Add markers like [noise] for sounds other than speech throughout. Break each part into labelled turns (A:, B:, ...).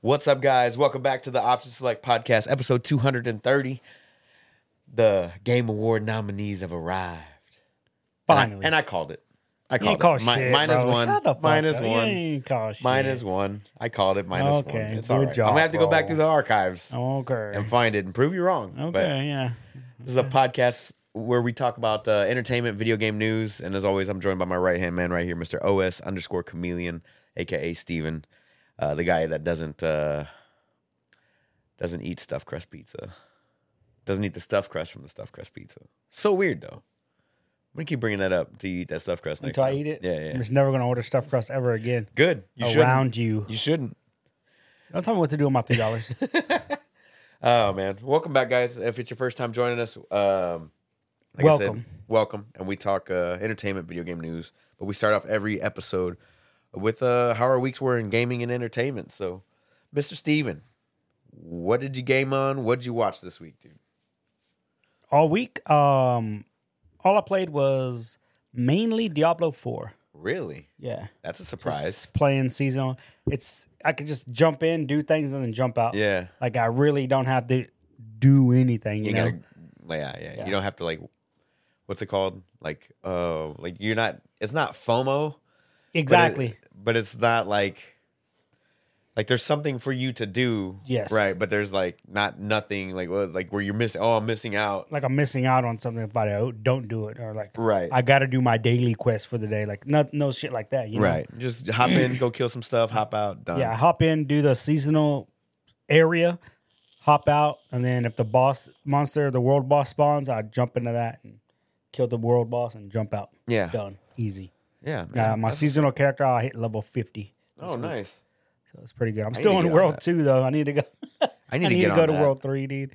A: What's up, guys? Welcome back to the Option Select Podcast, episode 230. The Game Award nominees have arrived.
B: Finally.
A: And I, and I called it. I
B: You
A: called
B: ain't call
A: it. Mi-
B: shit,
A: minus
B: bro.
A: one.
B: Shut the fuck
A: Minus
B: up.
A: one.
B: You ain't call shit.
A: Minus one. I called it minus one.
B: Okay,
A: It's
B: good
A: all right.
B: job,
A: I'm gonna have to go back
B: bro.
A: through the archives
B: Okay.
A: and find it and prove you wrong.
B: okay.
A: But
B: yeah.
A: this is a podcast where we talk about uh, entertainment, video game news, and as always, I'm joined by my right hand man right here, Mr. OS underscore Chameleon, aka Steven, uh, the guy that doesn't uh, doesn't eat stuffed crust pizza, doesn't eat the stuffed crust from the stuffed crust pizza. So weird though. I'm gonna keep bringing that up until you eat that stuffed crust next
B: Until I
A: time.
B: eat it.
A: Yeah,
B: I'm
A: yeah.
B: just never gonna order stuffed crust ever again.
A: Good. You shouldn't.
B: around you.
A: You shouldn't.
B: Don't tell me what to do with my
A: [laughs]
B: three dollars.
A: Oh man, welcome back, guys. If it's your first time joining us, um, like I said,
B: Welcome.
A: welcome. And we talk uh, entertainment, video game news, but we start off every episode with uh, how our weeks were in gaming and entertainment. So, Mr. Steven, what did you game on? What did you watch this week, dude?
B: all week, um all I played was mainly Diablo four.
A: Really?
B: Yeah.
A: That's a
B: It's
A: surprise.
B: playing seasonal. It's I could just jump in, do things, and then jump out.
A: Yeah,
B: Like I really don't have to do anything. You,
A: you
B: know.
A: gotta. Yeah, yeah,
B: Yeah.
A: You don't have to like. What's it called? Like, uh, like you're not. It's not FOMO. But it-
B: exactly.
A: But, it's not like like there's something for you to do.
B: Yes.
A: Right. But there's like not nothing like well, like where you're missing. Oh, I'm missing out.
B: like I'm missing out on something if I don't, don't do it, or like
A: Right.
B: I got to do my daily quest for the day. Like no, no shit like that. You know?
A: right. Uh-huh. Just hop in, go kill some stuff, hop out, done.
B: Yeah, hop in, do the seasonal area, hop out, and then if the boss monster, the world boss spawns, I jump into that and kill the world boss and jump out.
A: Yeah.
B: Done. Easy.
A: Yeah. man.
B: Yeah, Uh, my
A: That's-
B: seasonal character, I hit level fifty,
A: oh, nice.
B: so it's pretty good. I'm
A: to
B: still
A: get
B: in
A: on
B: World
A: that.
B: Two though. I need to go.
A: I
B: I
A: need
B: [laughs] need,
A: to get
B: to
A: on
B: go to
A: that.
B: World Three, dude.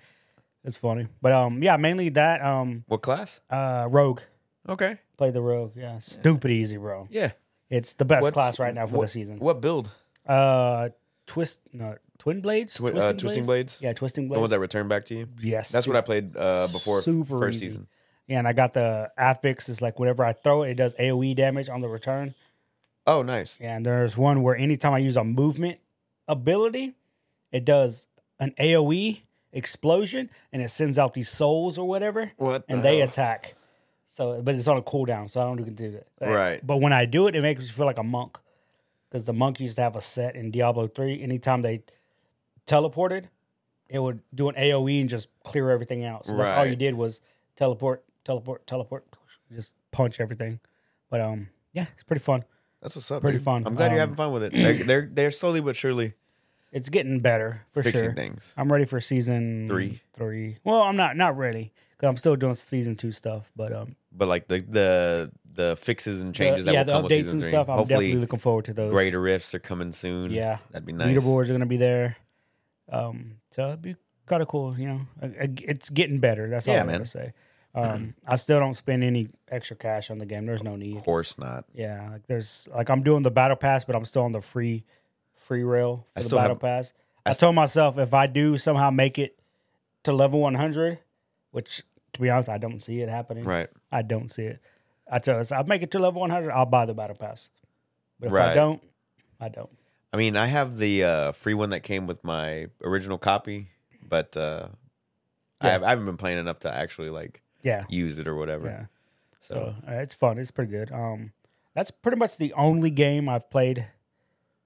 B: It's funny, but um, yeah, mainly that um,
A: What class?
B: uh, rogue.
A: Okay.
B: Play the rogue, yeah. Stupid easy, bro.
A: Yeah.
B: It's the best
A: What's-
B: class right now for
A: what-
B: the season.
A: What build?
B: Uh, twist, no, twin blades,
A: Twi- uh, Twisting Blades?
B: Yeah, twisting
A: The
B: blades.
A: ones that return back to you.
B: yes,
A: That's what I played uh, before
B: Super
A: first
B: easy.
A: season.
B: Yeah, and I got the affix. It's like whenever I throw it, it does AOE damage on the return.
A: Oh, nice.
B: And there's one where anytime I use a movement ability, it does an AOE explosion, and it sends out these souls or whatever.
A: What?
B: and
A: the
B: they
A: hell?
B: attack. So, but it's on a cooldown, so I don't do it.
A: Right.
B: But when I do it, it makes me feel like a monk, because the monk used to have a set in Diablo three. Anytime they teleported, it would do an AOE and just clear everything out. So that's all you
A: Right.
B: did was teleport, teleport, teleport, just punch everything. But um, yeah, it's pretty fun.
A: That's what's up.
B: pretty
A: dude.
B: fun.
A: I'm glad you're
B: Um,
A: having fun with it. They're they're, they're slowly but surely
B: It's getting better for
A: fixing
B: sure.
A: things.
B: I'm ready for season
A: Three.
B: Three. Well, I'm not not ready because I'm still doing season two stuff. But um,
A: but like the the the fixes and
B: the-
A: changes that
B: yeah,
A: will come
B: the
A: with
B: updates
A: season
B: and
A: three.
B: stuff. I'm definitely
A: Hopefully,
B: looking forward to those.
A: greater rifts are coming soon.
B: Yeah.
A: that'd be nice.
B: leaderboards are going to be there. Um, so it'd be kind of cool, you know. I, I, it's getting better. That's all
A: Yeah,
B: I'm
A: man.
B: gonna say. Um, [clears throat] I still don't spend any extra cash on the game. There's no need.
A: Of course not.
B: Yeah, like there's like I'm doing the battle pass, but I'm still on the free free rail
A: I
B: for the
A: still
B: battle
A: haven't-
B: pass.
A: I
B: I,
A: st-
B: told myself if I do somehow make it to level 100, which to be honest, I don't see it happening.
A: Right.
B: I don't see it. I tell us, I make it to level 100, I'll buy the battle pass. But if
A: Right.
B: I don't, I don't.
A: I mean, I have the uh, free one that came with my original copy, but uh, I,
B: Yeah.
A: have, I haven't been playing enough to actually like
B: Yeah.
A: use it or whatever.
B: Yeah.
A: So,
B: So uh, it's fun. It's pretty good. Um, that's pretty much the only game I've played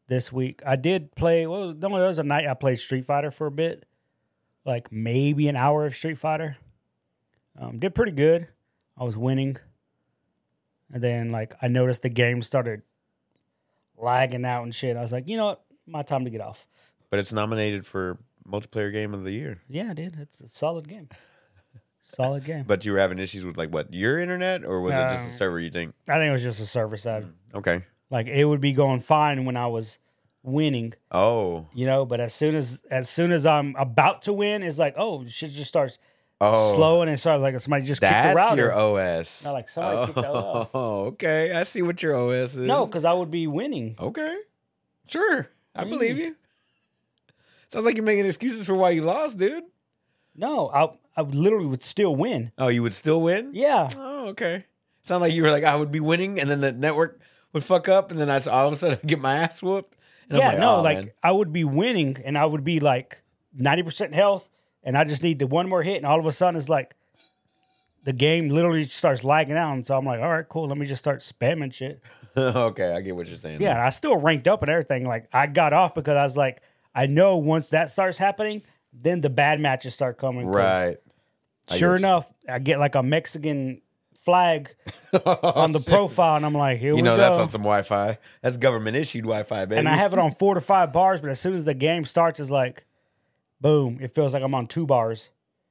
B: this week. I did play. Well, the only there was a night I played Street Fighter for a bit, like maybe an hour of Street Fighter. Um, did pretty good. I was winning, and then like I noticed the game started lagging out and shit. I was like, you know what, my time to get off.
A: but it's nominated for multiplayer game of the year.
B: Yeah, dude, it's a solid game. Solid game.
A: But you were having issues with like what your internet or was it just
B: No.
A: the server? You think?
B: [laughs] I think it was just a server side.
A: Okay.
B: Like it would be going fine when I was winning.
A: Oh.
B: you know but as soon as as soon as i'm about to win it's like oh shit just starts
A: Oh.
B: slowing and starts like somebody just kicked the
A: That's
B: router
A: your OS.
B: No, like, somebody kicked the OS.
A: Oh, okay. I see what your OS is.
B: no because i would be winning
A: Okay. Sure. I believe you. Sounds like you're making excuses for why you lost, dude.
B: no i i literally would still win
A: Oh, you would still win?
B: yeah
A: Oh, okay. [laughs] Sound like you were like, I would be winning, and then the network would fuck up, and then I s- all of a sudden I'd get my ass whooped, And I'm
B: yeah,
A: like,
B: no,
A: "Aw,
B: like
A: man."
B: I would be winning and I would be like 90% health and I just need the one more hit. And all of a sudden it's like the game literally just starts lagging out. And so I'm like, all right, cool. Let me just start spamming shit.
A: [laughs] okay, I get what you're saying.
B: Yeah. And I still ranked up and everything. Like I got off because I was like, I know once that starts happening, then the bad matches start coming. 'Cause
A: right. I get
B: Sure
A: what you-
B: enough, I get like a Mexican flag
A: [laughs]
B: on the
A: Oh, Shit.
B: profile and I'm like, here
A: You
B: we
A: know
B: go.
A: that's on some Wi-Fi. That's government issued Wi-Fi, baby.
B: and I have it on four to five bars, but as soon as the game starts, it's like, boom, it feels like I'm on two bars.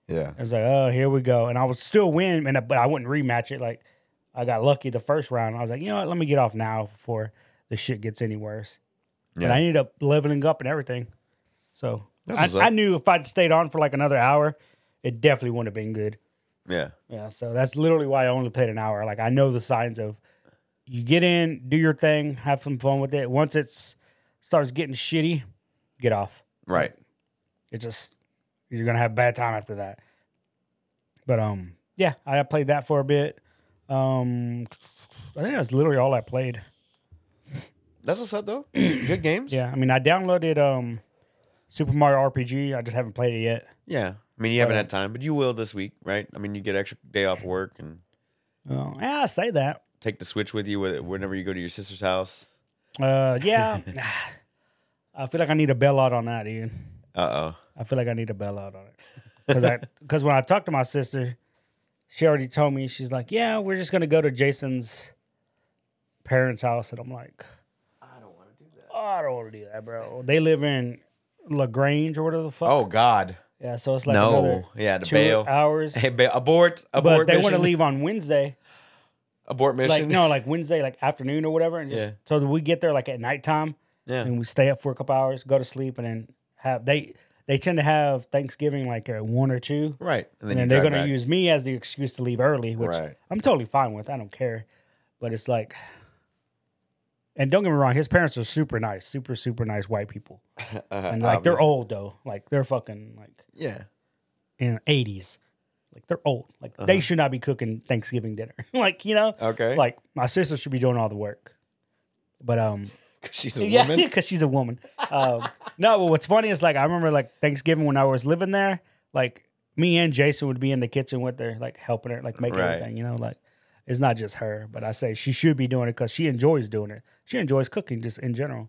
A: yeah.
B: It's like, oh, here we go. And I would still win, and I- but I wouldn't rematch it. Like, I got lucky the first round. I was like, you know what? Let me get off now before the shit gets any worse. And
A: Yeah.
B: I ended up leveling up and everything. So
A: That's
B: I,
A: what's up.
B: I knew if I'd stayed on for like another hour, it definitely wouldn't have been good.
A: Yeah.
B: Yeah, so that's literally why I only played an hour. Like I know the signs of you get in, do your thing, have some fun with it. Once it's starts getting shitty, get off.
A: Right.
B: It just you're gonna have a bad time after that. But um yeah, I played that for a bit. Um I think that's literally all I played.
A: That's what's up
B: [clears throat]
A: though. Good games.
B: Yeah, I mean I downloaded um Super Mario RPG. I just haven't played it yet.
A: Yeah. I mean, you haven't
B: But, uh,
A: had time, but you will this week, right? I mean, you get extra day off work and
B: Oh, yeah, I say that.
A: take the Switch with you wh- whenever you go to your sister's house.
B: Uh yeah. [sighs] I feel like I need a bailout on that, dude.
A: Uh oh.
B: I feel like I need to bail out on it
A: [laughs]
B: because I because when I talked to my sister, she already told me she's like, "Yeah, we're just gonna go to Jason's parents' house," and I'm like, "Oh, "I don't want to do that. I don't want to do that, bro. They live in Lagrange or whatever the fuck.
A: Oh God.
B: yeah, so it's like another
A: no. Yeah. To
B: two
A: bail. [laughs]
B: hours.
A: Hey, bail. Abort. Abort.
B: But they
A: mission.
B: want to leave on Wednesday,
A: Abort mission.
B: like no, like Wednesday, like afternoon or whatever, and just
A: Yeah.
B: so that we get there like at nighttime
A: Yeah.
B: and we stay up for a couple hours, go to sleep, and then have they they tend to have Thanksgiving like at one or two.
A: Right. And
B: and
A: you
B: then they're
A: drive
B: going to
A: back.
B: use me as the excuse to leave early, which
A: Right. [laughs]
B: I'm totally fine with. I don't care. But it's like, and don't get me wrong, his parents are super nice, super, super nice white people.
A: Uh,
B: And like, they're
A: obvious.
B: old though. Like, they're fucking like
A: Yeah.
B: in 80s. Like, they're old. Like, they should not be cooking Thanksgiving dinner. [laughs] like, you know,
A: Uh-huh. Okay.
B: like my sister should be doing all the work. But, um,
A: she's a
B: [laughs] yeah,
A: woman.
B: because she's a woman. Um, [laughs] no, but what's funny is like I remember like Thanksgiving when I was living there, like me and Jason would be in the kitchen with her, like helping her, like making
A: Right.
B: everything. You know, like it's not just her, but I say she should be doing it because she enjoys doing it. She enjoys cooking just in general.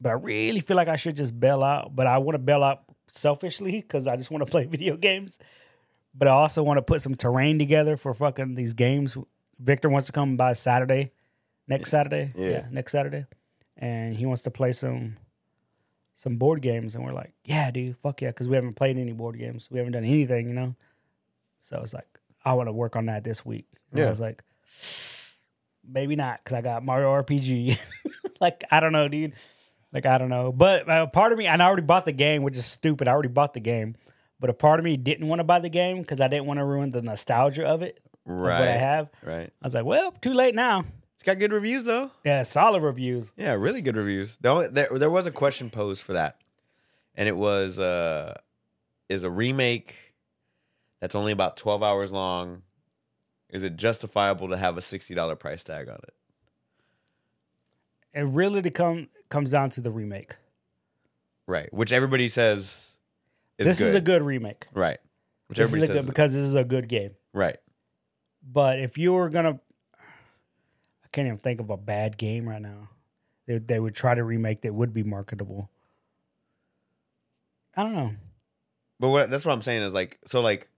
B: But I really feel like I should just bail out. But I want to bail out selfishly because I just want to play [laughs] video games. But I also want to put some terrain together for fucking these games. Victor wants to come by Saturday, next Saturday.
A: Yeah.
B: yeah next Saturday and he wants to play some some board games and we're like yeah dude fuck yeah because we haven't played any board games we haven't done anything you know so it's like i want to work on that this week and i
A: Yeah.
B: was like maybe not because i got mario rpg [laughs] like i don't know dude like i don't know but uh, part of me and i already bought the game which is stupid i already bought the game but a part of me didn't want to buy the game because i didn't want to ruin the nostalgia of it of what i
A: Right.
B: have
A: Right.
B: i was like well too late now
A: It's got good reviews though.
B: yeah solid reviews
A: Yeah, really good reviews. The only, there, there was a question posed for that, and it was uh, is a remake that's only about twelve hours long. Is it justifiable to have a sixty dollar price tag on it?
B: it really to come comes down to the remake.
A: Right, which everybody says is
B: this
A: good.
B: is a good remake.
A: right, which
B: This is a
A: everybody
B: good
A: says
B: because this is a good game.
A: right.
B: But if you were gonna, I can't even think of a bad game right now. They they would try to remake that would be marketable. I don't know.
A: But what, that's what I'm saying is like so like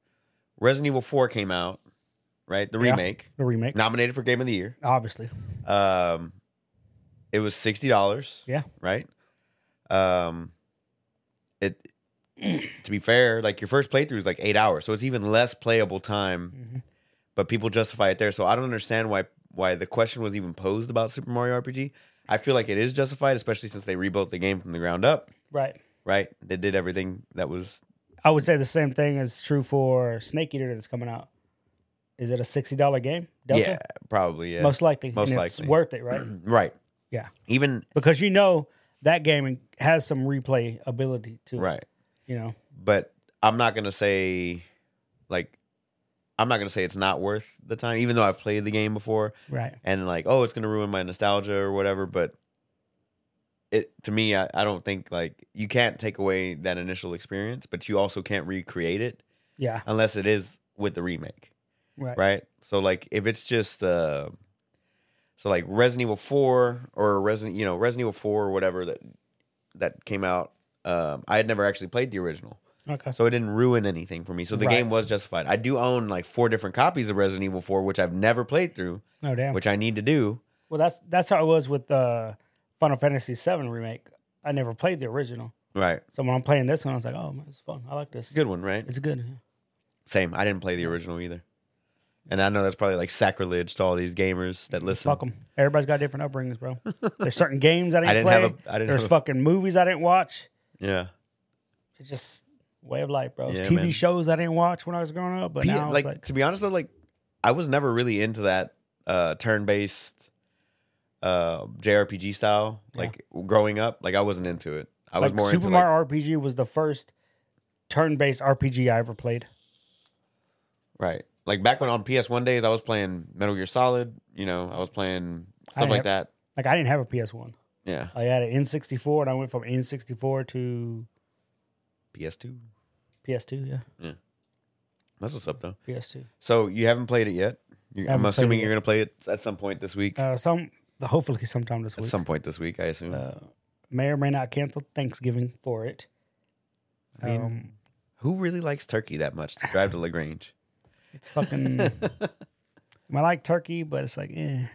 A: Resident Evil Four came out, right? The
B: Yeah.
A: remake
B: The remake,
A: nominated for Game of the Year.
B: obviously.
A: Um, it was sixty dollars.
B: Yeah.
A: Right. Um, it to be fair, like your first playthrough is like eight hours, so it's even less playable time.
B: Mhm.
A: But people justify it there, so I don't understand why why the question was even posed about Super Mario RPG. I feel like it is justified, especially since they rebuilt the game from the ground up.
B: Right.
A: Right? They did everything that was
B: I would say the same thing is true for Snake Eater that's coming out. Is it a sixty dollar game? Delta?
A: yeah, probably yeah,
B: Most likely.
A: Most
B: and It's
A: likely.
B: worth
A: [clears throat]
B: it, right?
A: right.
B: Yeah.
A: Even
B: because you know that game has some replay ability to it,
A: right.
B: You know.
A: but I'm not gonna say like I'm not gonna say it's not worth the time, even though I've played the game before
B: Right.
A: and like, oh, it's gonna ruin my nostalgia or whatever, but it to me, I, I don't think like you can't take away that initial experience, but you also can't recreate it
B: Yeah.
A: unless it is with the remake.
B: Right.
A: right? So like if it's just uh so like Resident Evil 4 or Resident you know Resident Evil 4 or whatever that that came out um I had never actually played the original.
B: Okay.
A: So it didn't ruin anything for me. So the
B: Right.
A: game was justified. I do own like four different copies of Resident Evil 4 which I've never played through,
B: No damn.
A: which I need to do.
B: Well, that's that's how it was with uh, Final Fantasy VII remake. I never played the original,
A: Right.
B: so when I'm playing this one, I was like, "Oh, man, it's fun. I like this.
A: It's a good one, right?
B: It's good."
A: Same. I didn't play the original either. And I know that's probably like sacrilege to all these gamers that listen.
B: Fuck them. Everybody's got different
A: [laughs]
B: upbringings, bro. There's certain games I didn't,
A: I didn't
B: play.
A: have a I didn't
B: There's
A: have a,
B: fucking movies I didn't watch.
A: yeah.
B: It's just way of life, bro. There's
A: Yeah,
B: TV
A: man.
B: shows I didn't watch when I was growing up, but
A: Pe-
B: now
A: like,
B: it's like
A: to be honest though, like I was never really into that uh turn based uh JRPG style.
B: Yeah.
A: Like growing up, like I wasn't into it. I was
B: like,
A: more
B: Super
A: into like,
B: Mario RPG was the first turn-based RPG I ever played.
A: right. Like back when on PS1 days I was playing Metal Gear Solid, you know, I was playing stuff like
B: have-
A: that.
B: Like I didn't have a PS One.
A: Yeah.
B: I had an N64, and I went from N64 to
A: PS2.
B: PS2. Yeah,
A: That's what's up though.
B: PS2.
A: So you haven't played it yet. You,
B: Haven't
A: I'm
B: played
A: assuming
B: it
A: you're gonna play it at some point this week.
B: Uh, some hopefully sometime this
A: at
B: week.
A: some point this week, I assume.
B: uh, may or may not cancel Thanksgiving for it.
A: I mean-
B: um,
A: Who really likes turkey that much to drive to Lagrange?
B: it's
A: [laughs]
B: fucking. I like turkey, but it's like, eh.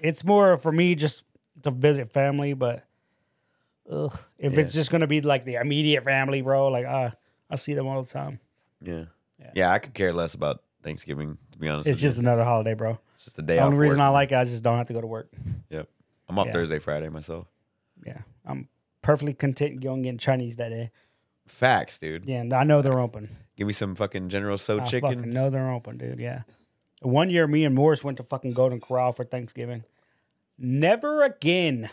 B: It's more for me just to visit family, but ugh, if
A: Yeah.
B: it's just gonna be like the immediate family, bro, like ah, I see them all the time.
A: Yeah.
B: Yeah.
A: yeah. I could care less about Thanksgiving, to be honest.
B: It's
A: with you.
B: just another holiday, bro.
A: It's just a day
B: The
A: off.
B: only reason
A: work.
B: I like it, I just don't have to go to work.
A: Yep. I'm off
B: Yeah.
A: Thursday, Friday myself.
B: Yeah, I'm perfectly content going getting Chinese that day.
A: Facts, dude.
B: Yeah, and I know they're open.
A: Give me some fucking General So
B: I
A: chicken.
B: fucking know they're open, dude. Yeah. One year, me and Morris went to fucking Golden Corral for Thanksgiving. Never again,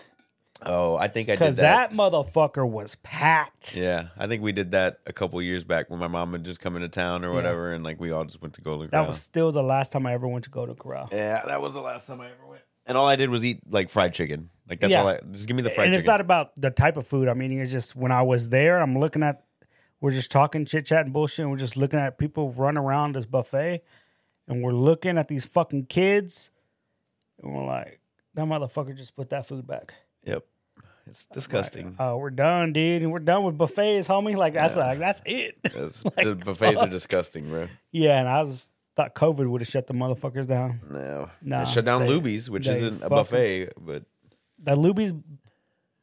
A: Oh, I think I did
B: because
A: that.
B: that. motherfucker was packed.
A: Yeah, I think we did that a couple years back when my mom would just come into town or whatever, and like we all just went to Golden
B: That
A: Corral.
B: was still the last time I ever went to Golden Corral.
A: yeah, that was the last time I ever went. And all I did was eat like fried chicken. Like that's
B: Yeah.
A: all. I Just give me the fried
B: and
A: chicken.
B: it's not about the type of food. I mean, it's just when I was there, I'm looking at, we're just talking chit chat and bullshit. And we're just looking at people run around this buffet, and we're looking at these fucking kids, and we're like, that motherfucker just put that food back.
A: yep, it's disgusting.
B: Oh, we're done, dude. And we're done with buffets, homie. Like that's
A: Yeah.
B: like that's it. [laughs]
A: It's-
B: Oh
A: the buffets are disgusting, bro.
B: Yeah, and I was thought COVID would have shut the motherfuckers down.
A: No,
B: Nah,
A: it shut down
B: they-
A: Luby's, which
B: they
A: isn't a
B: fucking-
A: buffet, but
B: The Luby's by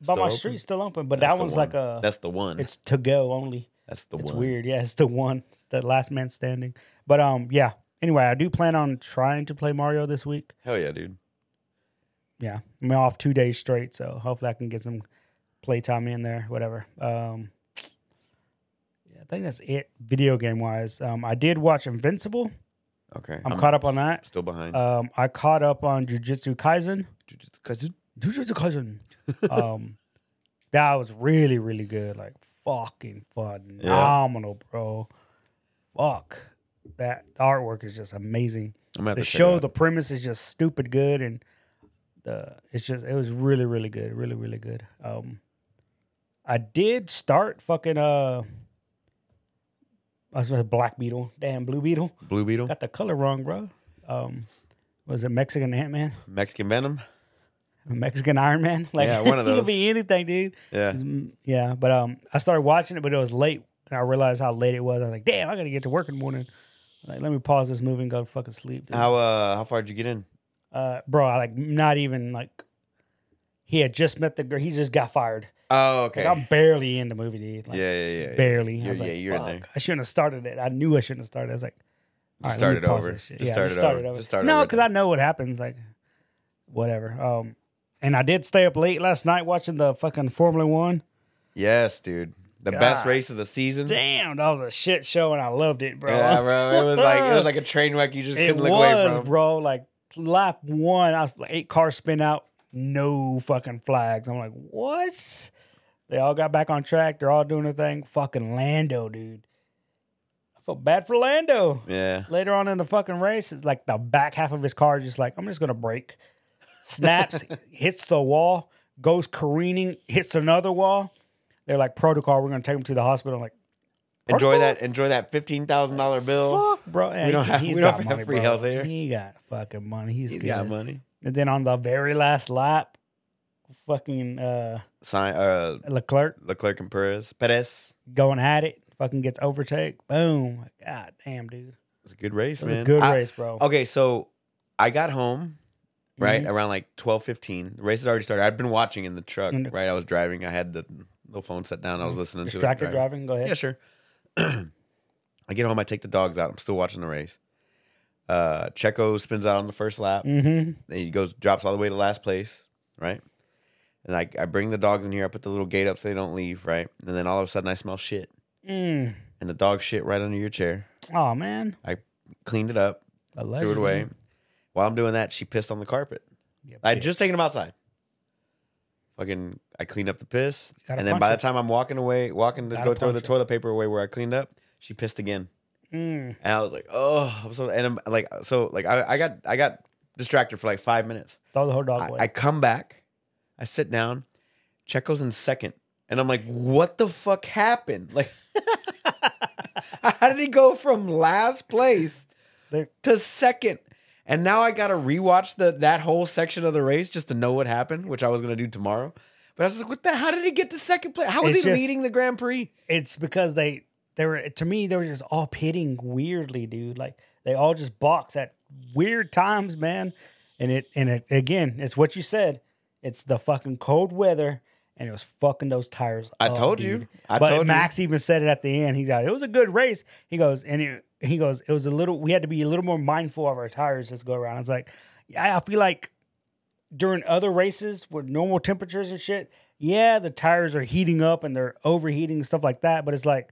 A: Still
B: my
A: open?
B: street's still open, but
A: that's
B: that
A: the
B: one's
A: one.
B: like a
A: that's the one.
B: it's to go only.
A: that's the
B: It's
A: one.
B: weird. Yeah, it's the one. It's the last man standing. But um, yeah. Anyway, I do plan on trying to play Mario this week.
A: Hell yeah, dude.
B: Yeah, I'm off two days straight, so hopefully I can get some playtime in there. Whatever. Um, yeah, I think that's it. Video game wise, um, I did watch Invincible.
A: Okay,
B: I'm caught up on that.
A: Still behind.
B: Um, I caught up on Jujutsu Kaisen.
A: Jujutsu Kaisen.
B: Jujutsu Kaisen.
A: [laughs]
B: um, that was really, really good. Like fucking phenomenal, bro. Fuck. That artwork is just amazing.
A: I'm gonna have
B: The
A: to check it
B: show,
A: out.
B: the premise is just stupid good, and the it's just it was really, really good, really, really good. Um, I did start fucking uh, I was with Black Beetle, damn Blue Beetle.
A: Blue Beetle,
B: [laughs] Got the color wrong, bro. Um, was it Mexican Ant Man?
A: Mexican Venom.
B: [laughs] Mexican Iron Man. [laughs] Like
A: Yeah, one of
B: it
A: those.
B: could be anything, dude.
A: Yeah,
B: Mm, Yeah, but um, I started watching it, but it was late, and I realized how late it was. I was like, damn, I gotta get to work in the morning. Like, let me pause this movie and go fucking sleep. dude.
A: How uh how far did you get in?
B: Uh, bro, I like not even like. He had just met the girl. He just got fired.
A: Oh,
B: Like,
A: okay.
B: I'm barely in the movie, dude. Like,
A: yeah, yeah, yeah. yeah.
B: barely. I
A: You're-
B: was like,
A: yeah, you're in
B: "Fuck,
A: there."
B: I shouldn't have started it. I knew I shouldn't have started. I was like, all
A: Just
B: right,
A: start
B: let me
A: it
B: pause
A: over.
B: this shit.
A: Just
B: Yeah,
A: start
B: just
A: it
B: start
A: over.
B: it over.
A: Just start it
B: no,
A: over.
B: because I know what happens. Like, whatever. Um, and I did stay up late last night watching the fucking Formula One.
A: Mm-hmm. Yes, dude. The best
B: God.
A: race of the season.
B: Damn, that was a shit show, and I loved it, bro.
A: Yeah, bro. It was like it was
B: [laughs]
A: like a train wreck you just
B: it
A: couldn't look away
B: was,
A: from.
B: bro. Like lap one, I was like eight cars spin out, no fucking flags. I'm like, what? They all got back on track. They're all doing their thing. Fucking Lando, dude. I felt bad for Lando.
A: Yeah.
B: Later on in the fucking race, it's like the back half of his car is just like, I'm just gonna break. Snaps, [laughs] hits the wall, goes careening, hits another wall. They're like, protocol, we're going to take him to the hospital. I'm like,
A: Enjoy
B: Purple?
A: that. Enjoy that fifteen thousand dollar bill.
B: fuck, bro. Yeah,
A: We don't
B: he-
A: have-
B: he's
A: we don't
B: got
A: have
B: money,
A: free
B: bro.
A: health here.
B: He got fucking money. He's,
A: He's
B: good.
A: got money.
B: And then on the very last lap, fucking uh,
A: Sign uh,
B: Leclerc
A: Leclerc and Perez. Perez.
B: going at it, fucking gets overtake. Boom. God damn, dude.
A: It's a good race,
B: It was
A: man.
B: a good
A: I-
B: race, bro.
A: Okay, so I got home right
B: Mhm.
A: around like twelve fifteen. The race had already started. I'd been watching in the truck.
B: Mm.
A: Right, I was driving. I had the little phone set down. I was
B: Mhm.
A: listening to
B: Distracted
A: it.
B: driving. Go ahead.
A: Yeah, sure. [clears throat] I get home. I take the dogs out. I'm still watching the race. Uh, Checo spins out on the first lap.
B: Mm-hmm.
A: And he goes drops all the way to last place, right? And I, I bring the dogs in here. I put the little gate up so they don't leave, right? And then all of a sudden I smell shit,
B: Mm.
A: and the dog shit right under your chair.
B: Oh man.
A: Cleaned it up,
B: Allegedly.
A: threw it away. While I'm doing that, she pissed on the carpet.
B: You
A: I
B: bitch.
A: had just taken him outside. Fucking, I cleaned up the piss,
B: Gotta
A: and then
B: punch
A: by
B: it.
A: the time I'm walking away, walking to
B: Gotta
A: go throw
B: punch
A: the
B: it.
A: toilet paper away where I cleaned up, she pissed again.
B: Mm.
A: And I was like, oh, I'm so, and I'm like, so like I, I got I got distracted for like five minutes.
B: Throw the whole dog
A: I,
B: away.
A: I come back, I sit down, Checo's in second, and I'm like, what the fuck happened? Like, [laughs] how did he go from last place
B: They-
A: to second? And now I gotta rewatch the that whole section of the race just to know what happened, which I was gonna do tomorrow. But I was like, what the? How did he get to second place? How was
B: It's
A: he
B: just-
A: leading the Grand Prix?
B: it's because they they were to me they were just all pitting weirdly, dude. Like they all just box at weird times, man. And it and it again, it's what you said. It's the fucking cold weather, and it was fucking those tires.
A: I
B: up,
A: told
B: Oh, dude.
A: you. I
B: but
A: told
B: Max even said it at the end. He's like, "It was a good race." He goes, and it, he goes, "It was a little. We had to be a little more mindful of our tires this go around." I was like, "Yeah, I feel like during other races with normal temperatures and shit, yeah, the tires are heating up and they're overheating and stuff like that. But it's like,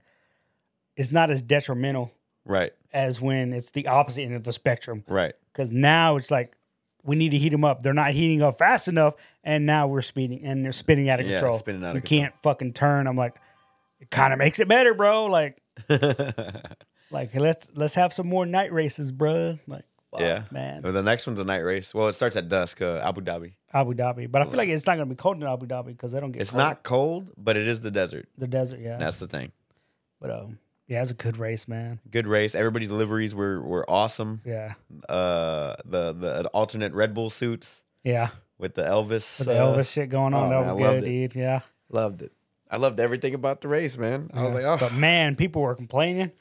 B: it's not as detrimental
A: you. Right,
B: as when it's the opposite end of the spectrum.
A: right. [laughs]
B: Because now it's like." We need to heat them up. They're not heating up fast enough, and now we're speeding and they're spinning out of
A: Yeah,
B: control.
A: spinning out of
B: we
A: control.
B: can't fucking turn. I'm like, it kind of makes it better, bro. Like,
A: well,
B: like let's let's have some more night races, bruh. Like, fuck,
A: Yeah. Uh,
B: man,
A: the next one's a night race. Well, it starts at dusk, uh, Abu Dhabi.
B: Abu Dhabi. But I feel like it's not gonna be cold in Abu Dhabi because they don't get
A: It's
B: cold.
A: not cold, but it is the desert.
B: the desert, yeah.
A: That's the thing.
B: but um, yeah, it's a good race, man.
A: Good race. Everybody's liveries were were awesome.
B: Yeah,
A: Uh, the the alternate Red Bull suits
B: yeah.
A: with the Elvis.
B: With the
A: uh,
B: Elvis shit going on,
A: oh,
B: that
A: man,
B: was
A: I loved
B: good, dude. Yeah,
A: Loved it. I loved everything about the race, man. I was
B: Yeah.
A: like, oh,
B: but man, people were complaining.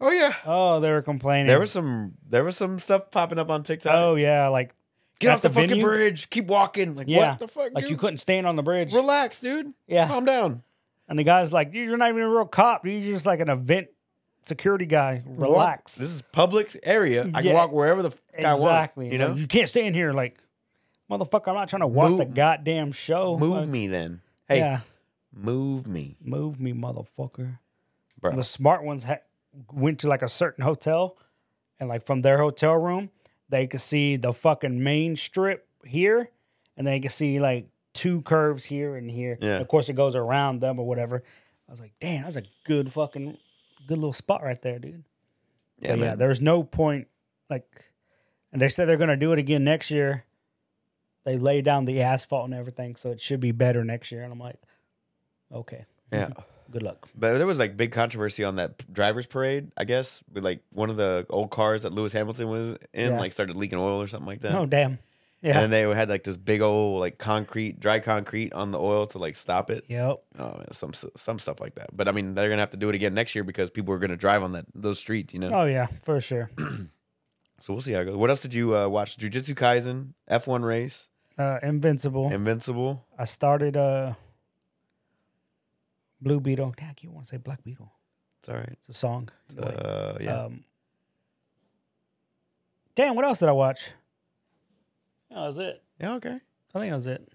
A: oh yeah.
B: Oh, they were complaining.
A: There was some there was some stuff popping up on TikTok.
B: oh yeah, like
A: Get
B: at
A: off the,
B: the
A: fucking
B: venue?
A: bridge. Keep walking. Like
B: Yeah.
A: what the fuck,
B: like you
A: dude?
B: couldn't stand on the bridge.
A: Relax, dude.
B: Yeah,
A: Calm down.
B: and the guy's like, "Dude, you're not even a real cop. You're just like an event security guy. Relax.
A: This is public area. I
B: Yeah.
A: can walk wherever the fuck I want.
B: Exactly.
A: You
B: Like,
A: know,
B: you can't stay in here like, motherfucker. I'm not trying to watch the
A: Move-
B: goddamn show.
A: move
B: Like,
A: me then. Hey,
B: Oh yeah,
A: move me,
B: move me, motherfucker.
A: bro.
B: The smart ones ha- went to like a certain hotel, and like from their hotel room, they could see the fucking main strip here, and they could see like two curves here and here.
A: Yeah.
B: Of course, it goes around them or whatever. I was like, damn, that's a good fucking good little spot right there, dude. Yeah, yeah,
A: man.
B: there's no point like and they said they're gonna do it again next year. They lay down the asphalt and everything, so it should be better next year. And I'm like, okay,
A: yeah.
B: good luck.
A: But there was like big controversy on that p- drivers parade, I guess, with like one of the old cars that Lewis Hamilton was in,
B: Yeah.
A: like started leaking oil or something like that.
B: Oh damn. Yeah.
A: And then they had like this big old like concrete, dry concrete on the oil to like stop it.
B: yep.
A: Oh man, some s- some stuff like that. But I mean, they're gonna have to do it again next year because people are gonna drive on that those streets, you know.
B: Oh yeah, for sure.
A: So we'll see how it goes. What else did you uh, watch? Jujutsu Kaisen, F one race,
B: Uh invincible.
A: Invincible.
B: I started uh Blue Beetle. Dang, you want to say Black Beetle.
A: It's all right.
B: It's a song. You're like,
A: Uh, yeah,
B: Um Damn, what else did I watch? That was it.
A: yeah, okay,
B: I think that was it.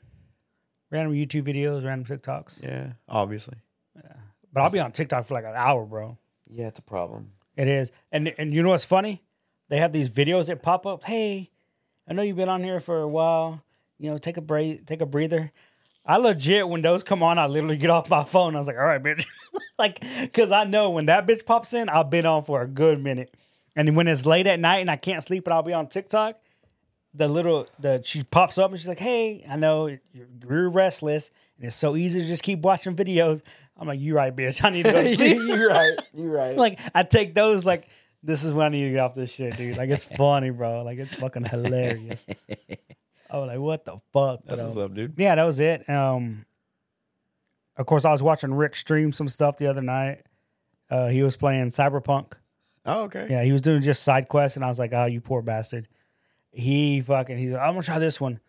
B: Random YouTube videos, random TikToks.
A: yeah, obviously.
B: But I'll be on TikTok for like an hour, bro.
A: Yeah, it's a problem.
B: It is. And and you know what's funny? They have these videos that pop up. Hey, I know you've been on here for a while. You know, take a break, take a breather. I legit when those come on, I literally get off my phone. I was like, all right, bitch. [laughs] like, cause I know when that bitch pops in, I've been on for a good minute. And when it's late at night and I can't sleep and I'll be on TikTok, the little the she pops up and she's like, "Hey, I know you're, you're restless, and it's so easy to just keep watching videos." I'm like, "You right, bitch. I need
A: [laughs]
B: to go to sleep."
A: [laughs] you're right. You're right.
B: like I take those like this is when I need to get off this shit, dude. Like it's funny, bro. Like it's fucking hilarious. I was like, "What the fuck?"
A: That's
B: bro?
A: what's up, dude.
B: Yeah, that was it. Um, of course, I was watching Rick stream some stuff the other night. Uh, he was playing Cyberpunk.
A: Oh, okay.
B: Yeah, he was doing just side quests, and I was like, "Oh, you poor bastard." He fucking he's like, "I'm gonna try this one,"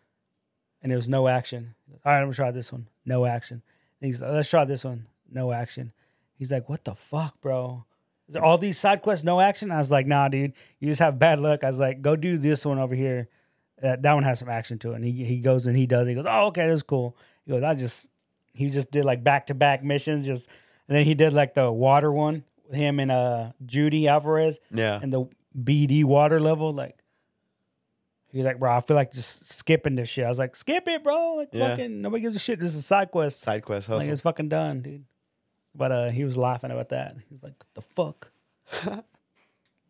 B: and there was no action. All right, I'm gonna try this one, no action. And he's like, "Let's try this one, no action." He's like, "What the fuck, bro?" Is there all these side quests, no action. I was like, "Nah, dude, you just have bad luck." I was like, "Go do this one over here. Uh, That that one has some action to it." And he he goes and he does. It. He goes, "Oh, okay, that's cool." He goes, "I just he just did like back to back missions, just and then he did like the water one." Him and uh Judy Alvarez,
A: Yeah.
B: and the BD water level, like he's like, bro, I feel like just skipping this shit. I was like, skip it, bro. Like
A: Yeah.
B: fucking nobody gives a shit. This is a side quest.
A: Side quest
B: Like
A: hustle.
B: it's fucking done, dude. But uh he was laughing about that. He's like, what the
A: [laughs]
B: fuck?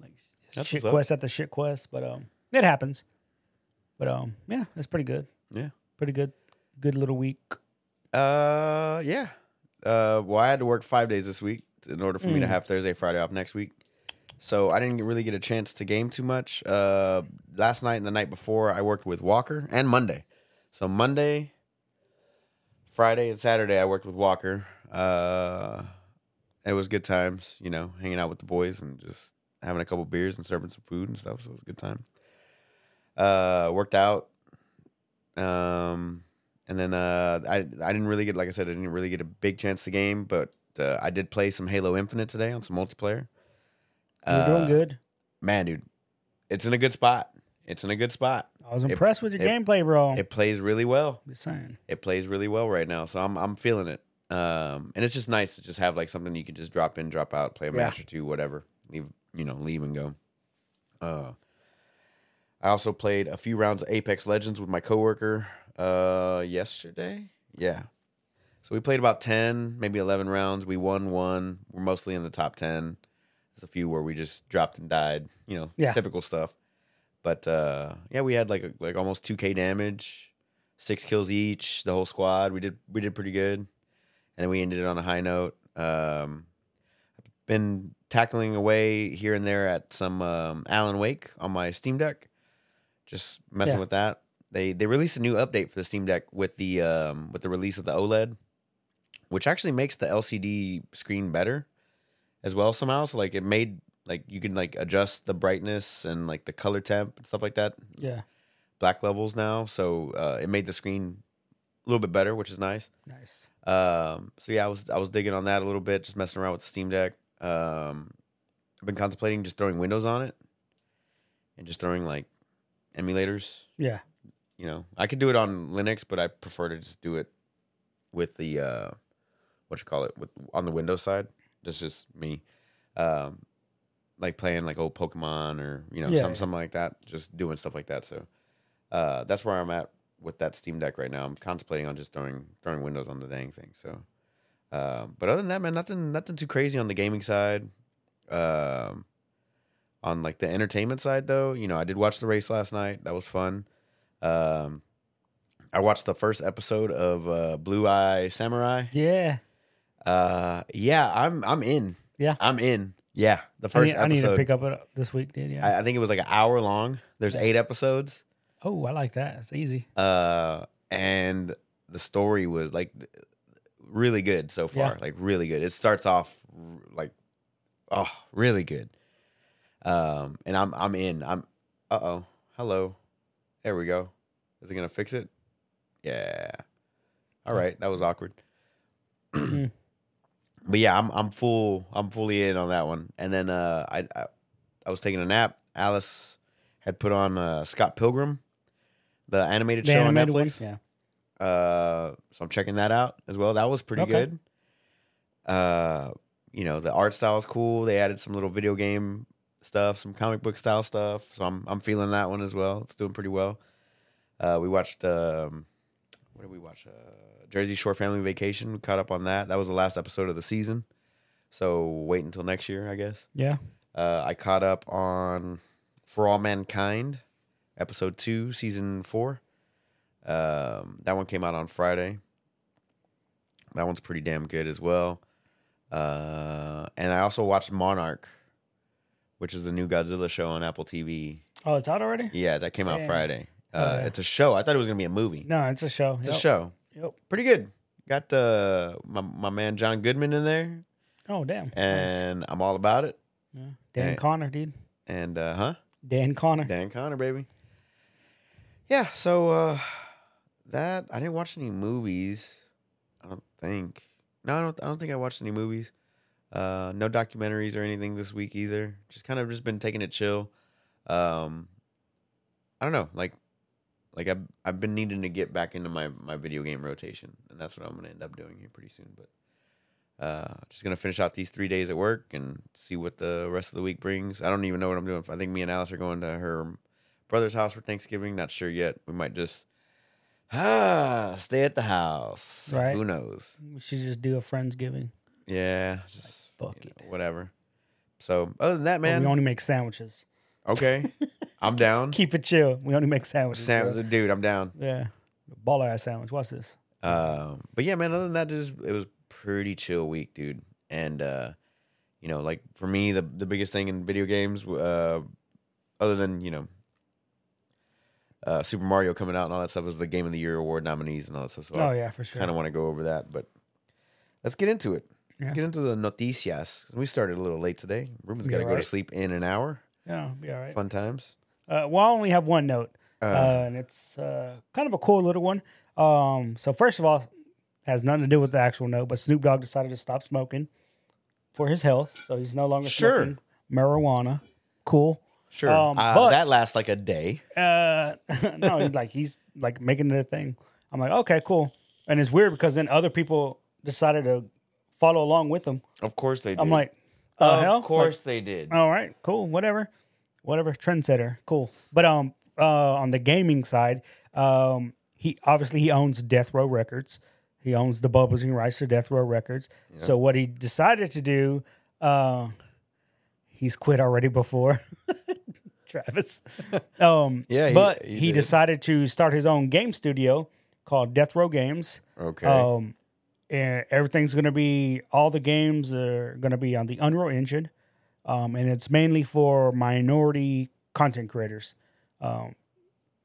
B: like
A: That's
B: shit
A: what's up.
B: quest after shit quest. But um it happens. But um yeah, it's pretty good.
A: Yeah.
B: Pretty good. Good little week.
A: Uh, yeah. Uh, well, I had to work five days this week in order for me to
B: Mm.
A: have Thursday, Friday off next week. So I didn't really get a chance to game too much. Uh, last night and the night before, I worked with Walker and Monday. So Monday, Friday, and Saturday, I worked with Walker. Uh, it was good times, you know, hanging out with the boys and just having a couple beers and serving some food and stuff. So it was a good time. Uh, worked out. Um, and then uh, I I didn't really get like I said I didn't really get a big chance to game, but uh, I did play some Halo Infinite today on some multiplayer.
B: You're
A: Uh,
B: doing good.
A: man, dude. It's in a good spot. It's in a good spot.
B: I was
A: it-
B: impressed with your
A: it-
B: gameplay, bro.
A: It plays really well.
B: just saying.
A: It plays really well right now, so I'm I'm feeling it. Um, and it's just nice to just have like something you can just drop in, drop out, play a
B: Yeah.
A: match or two, whatever. Leave you know, leave and go. Uh, I also played a few rounds of Apex Legends with my coworker uh, yesterday. Yeah, so we played about ten, maybe eleven rounds. We won one. We're mostly in the top ten. There's a few where we just dropped and died. You know,
B: Yeah.
A: typical stuff. But uh, yeah, we had like a, like almost two k damage, six kills each. The whole squad. We did we did pretty good, and then we ended it on a high note. Um, I've been tackling away here and there at some um, Alan Wake on my Steam Deck, just messing
B: Yeah.
A: with that. They they released a new update for the Steam Deck with the um, with the release of the OLED, which actually makes the LCD screen better as well somehow. So like it made like you can like adjust the brightness and like the color temp and stuff like that
B: Yeah.
A: black levels now. So uh, it made the screen a little bit better, which is nice.
B: Nice.
A: Um, so yeah, I was I was digging on that a little bit, just messing around with the Steam Deck. Um, I've been contemplating just throwing Windows on it and just throwing like emulators.
B: Yeah.
A: You know, I could do it on Linux, but I prefer to just do it with the uh, what you call it with on the Windows side. That's just me. Um, like playing like old Pokemon or you know
B: Yeah,
A: some
B: yeah.
A: something like that. Just doing stuff like that. So uh, that's where I'm at with that Steam Deck right now. I'm contemplating on just throwing throwing Windows on the dang thing. So, um, but other than that, man, nothing nothing too crazy on the gaming side. Um, on like the entertainment side, though, you know, I did watch the race last night. That was fun. Um, I watched the first episode of uh, Blue Eye Samurai.
B: Yeah.
A: Uh, yeah, I'm I'm in.
B: Yeah.
A: I'm in. Yeah, the
B: I
A: first
B: need, I need
A: episode.
B: to pick up it this week, dude. Yeah.
A: I, I think it was like an hour long. There's eight episodes.
B: Oh, I like that. It's easy.
A: uh, and the story was like really good so far,
B: Yeah.
A: like really good. It starts off r- like oh, really good. Um, and I'm I'm in. I'm uh oh, hello, there we go. Is it gonna fix it? Yeah. All right, that was awkward.
B: Mm.
A: [clears throat] but yeah, I'm I'm full. I'm fully in on that one. And then uh, I, I I was taking a nap. Alice had put on uh, Scott Pilgrim, the animated
B: The
A: show
B: animated
A: on
B: one?
A: Netflix.
B: Yeah.
A: Uh, so I'm checking that out as well. That was pretty
B: Okay.
A: good. Uh, you know, the art style is cool. They added some little video game stuff, some comic book style stuff. So I'm I'm feeling that one as well. It's doing pretty well. Uh, we watched um, what did we watch? Uh, Jersey Shore Family Vacation. We caught up on that. That was the last episode of the season. So wait until next year, I guess.
B: Yeah.
A: Uh, I caught up on For All Mankind. episode two, season four. Um, that one came out on Friday. That one's pretty damn good as well. Uh, and I also watched Monarch, which is the new Godzilla show on Apple TV.
B: Oh, it's out already?
A: Yeah, that came out
B: Damn.
A: Friday. Uh,
B: Okay.
A: It's a show. I thought it was gonna be a movie.
B: Oh, No, it's a show.
A: it's
B: Yep.
A: a show.
B: Yep.
A: Pretty good. Got uh, my my man John Goodman in there,
B: Oh, damn. Nice.
A: and I'm all about it.
B: Yeah. Dan
A: and-
B: Connor, dude.
A: And uh, huh,
B: Dan Connor.
A: Dan Connor, baby. Yeah. So uh, that I didn't watch any movies. I don't think. No, I don't. I don't think I watched any movies. Uh, no documentaries or anything this week either. Just kind of just been taking it chill. Um, I don't know. Like, like I've I've been needing to get back into my my video game rotation, and that's what I'm gonna end up doing here pretty soon. But uh, just gonna finish out these three days at work and see what the rest of the week brings. I don't even know what I'm doing. I think me and Alice are going to her brother's house for Thanksgiving. Not sure yet. We might just [sighs] ah stay at the house.
B: Right.
A: Who knows?
B: We should just do a Friendsgiving.
A: Yeah, just
B: fuck
A: you
B: it.
A: know, whatever. So other than that,
B: Man. We
A: man,
B: only make sandwiches. [laughs]
A: okay, I'm down.
B: Keep it chill. We only make sandwiches. bro.
A: Sam, dude, I'm down.
B: Yeah. Baller ass sandwich. What's this?
A: Um, but yeah, man, other than that, just it was pretty chill week, dude. And uh, you know, like for me, the the biggest thing in video games, uh, other than you know, uh, Super Mario coming out and all that stuff, was the Game of the Year award nominees and all that stuff. So
B: Oh,
A: I
B: yeah, for sure.
A: kind of want to go over that, but let's get into it.
B: Yeah.
A: Let's get into the noticias. We started a little late today. Ruben's
B: You
A: got to go to
B: alright?
A: sleep in an hour.
B: Yeah, it'll be all right.
A: Fun times.
B: Uh, well, I only have one note,
A: Uh,
B: uh, and it's uh, kind of a cool little one. Um, so first of all, has nothing to do with the actual note, but Snoop Dogg decided to stop smoking for his health, so he's no longer
A: Sure.
B: smoking marijuana. Cool.
A: sure.
B: um,
A: uh,
B: but-
A: that lasts like a day.
B: Uh, [laughs] no, he's like he's like making it a thing. I'm like, okay, cool. And it's weird because then other people decided to follow along with him.
A: Of course they do.
B: I'm like, the
A: of
B: hell? Like, um,
A: course they did.
B: All right, cool, whatever, whatever. Trendsetter, cool. But um, uh, on the gaming side, um, he obviously he owns Death Row Records. He owns the publishing rights to Death Row Records. So what he decided to do, uh, he's quit already before. [laughs]
A: [laughs]
B: Travis, um,
A: Yeah, he-
B: but
A: he
B: he,
A: did.
B: decided to start his own game studio called Death Row Games.
A: Okay.
B: Um, and everything's going to be all the games are going to be on the Unreal Engine, um, and it's mainly for minority content creators. Um,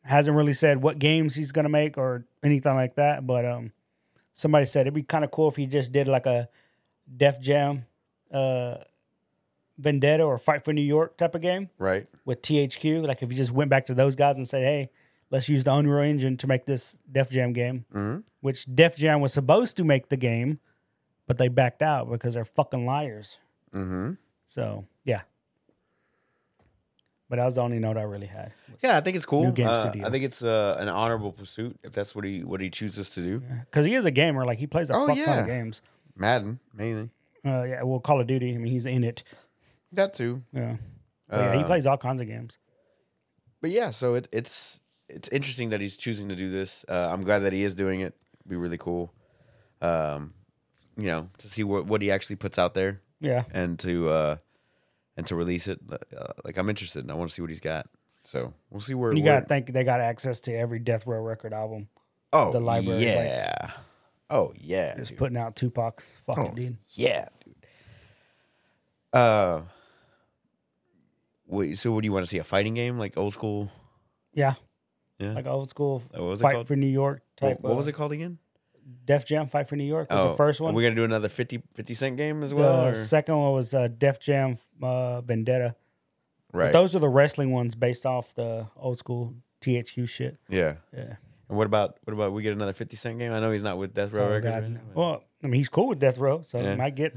B: hasn't really said what games he's going to make or anything like that, but um, somebody said it'd be kind of cool if he just did like a Def Jam, uh, Vendetta or Fight for New York type of game
A: right.
B: with THQ. Like if you just went back to those guys and said, "Hey, let's use the Unreal Engine to make this Def Jam game,"
A: Mhm.
B: which Def Jam was supposed to make the game, but they backed out because they're fucking liars.
A: Mm-hmm.
B: So yeah. But that was the only note I really had.
A: Yeah, I think it's cool.
B: New game
A: Uh,
B: studio.
A: I think it's uh, an honorable pursuit if that's what he what he chooses to do.
B: Because he is a gamer, like he plays a
A: Oh,
B: fuck ton
A: yeah.
B: of games.
A: Madden mainly.
B: Uh, yeah, well, Call of Duty. I mean, he's in it.
A: That too.
B: Yeah, But yeah, he
A: Uh,
B: plays all kinds of games.
A: But yeah, so it, it's it's interesting that he's choosing to do this. Uh, I'm glad that he is doing it. It'd be really cool. Um, you know, to see what what he actually puts out there
B: Yeah,
A: and to uh and to release it. Uh, like I'm interested and I want to see what he's got. So we'll see where
B: and you
A: where-
B: gotta think they got access to every Death Row record album.
A: oh
B: the library, like-
A: Yeah. oh yeah.
B: Just
A: dude.
B: putting out Tupac's fucking
A: Oh.
B: dude.
A: Yeah, dude. Uh, wait. So, what do you want to see? A fighting game, like old school?
B: Yeah,
A: Yeah.
B: like old school
A: What was it
B: fight
A: called?
B: for New York type.
A: what, what was
B: uh,
A: it Oh, called again?
B: Def Jam Fight for New York was the first one.
A: We're gonna do another 50, 50 cent game as
B: the
A: well. or-
B: second one was uh, Def Jam uh, Vendetta.
A: right.
B: But those are the wrestling ones based off the old school THQ shit.
A: yeah.
B: Yeah.
A: And what about what about we get another fifty cent game? I know he's not with Death Row
B: Oh,
A: Records.
B: God.
A: right now, but-
B: Well, I mean, he's cool with Death Row, so
A: Yeah.
B: he
A: [laughs]
B: might get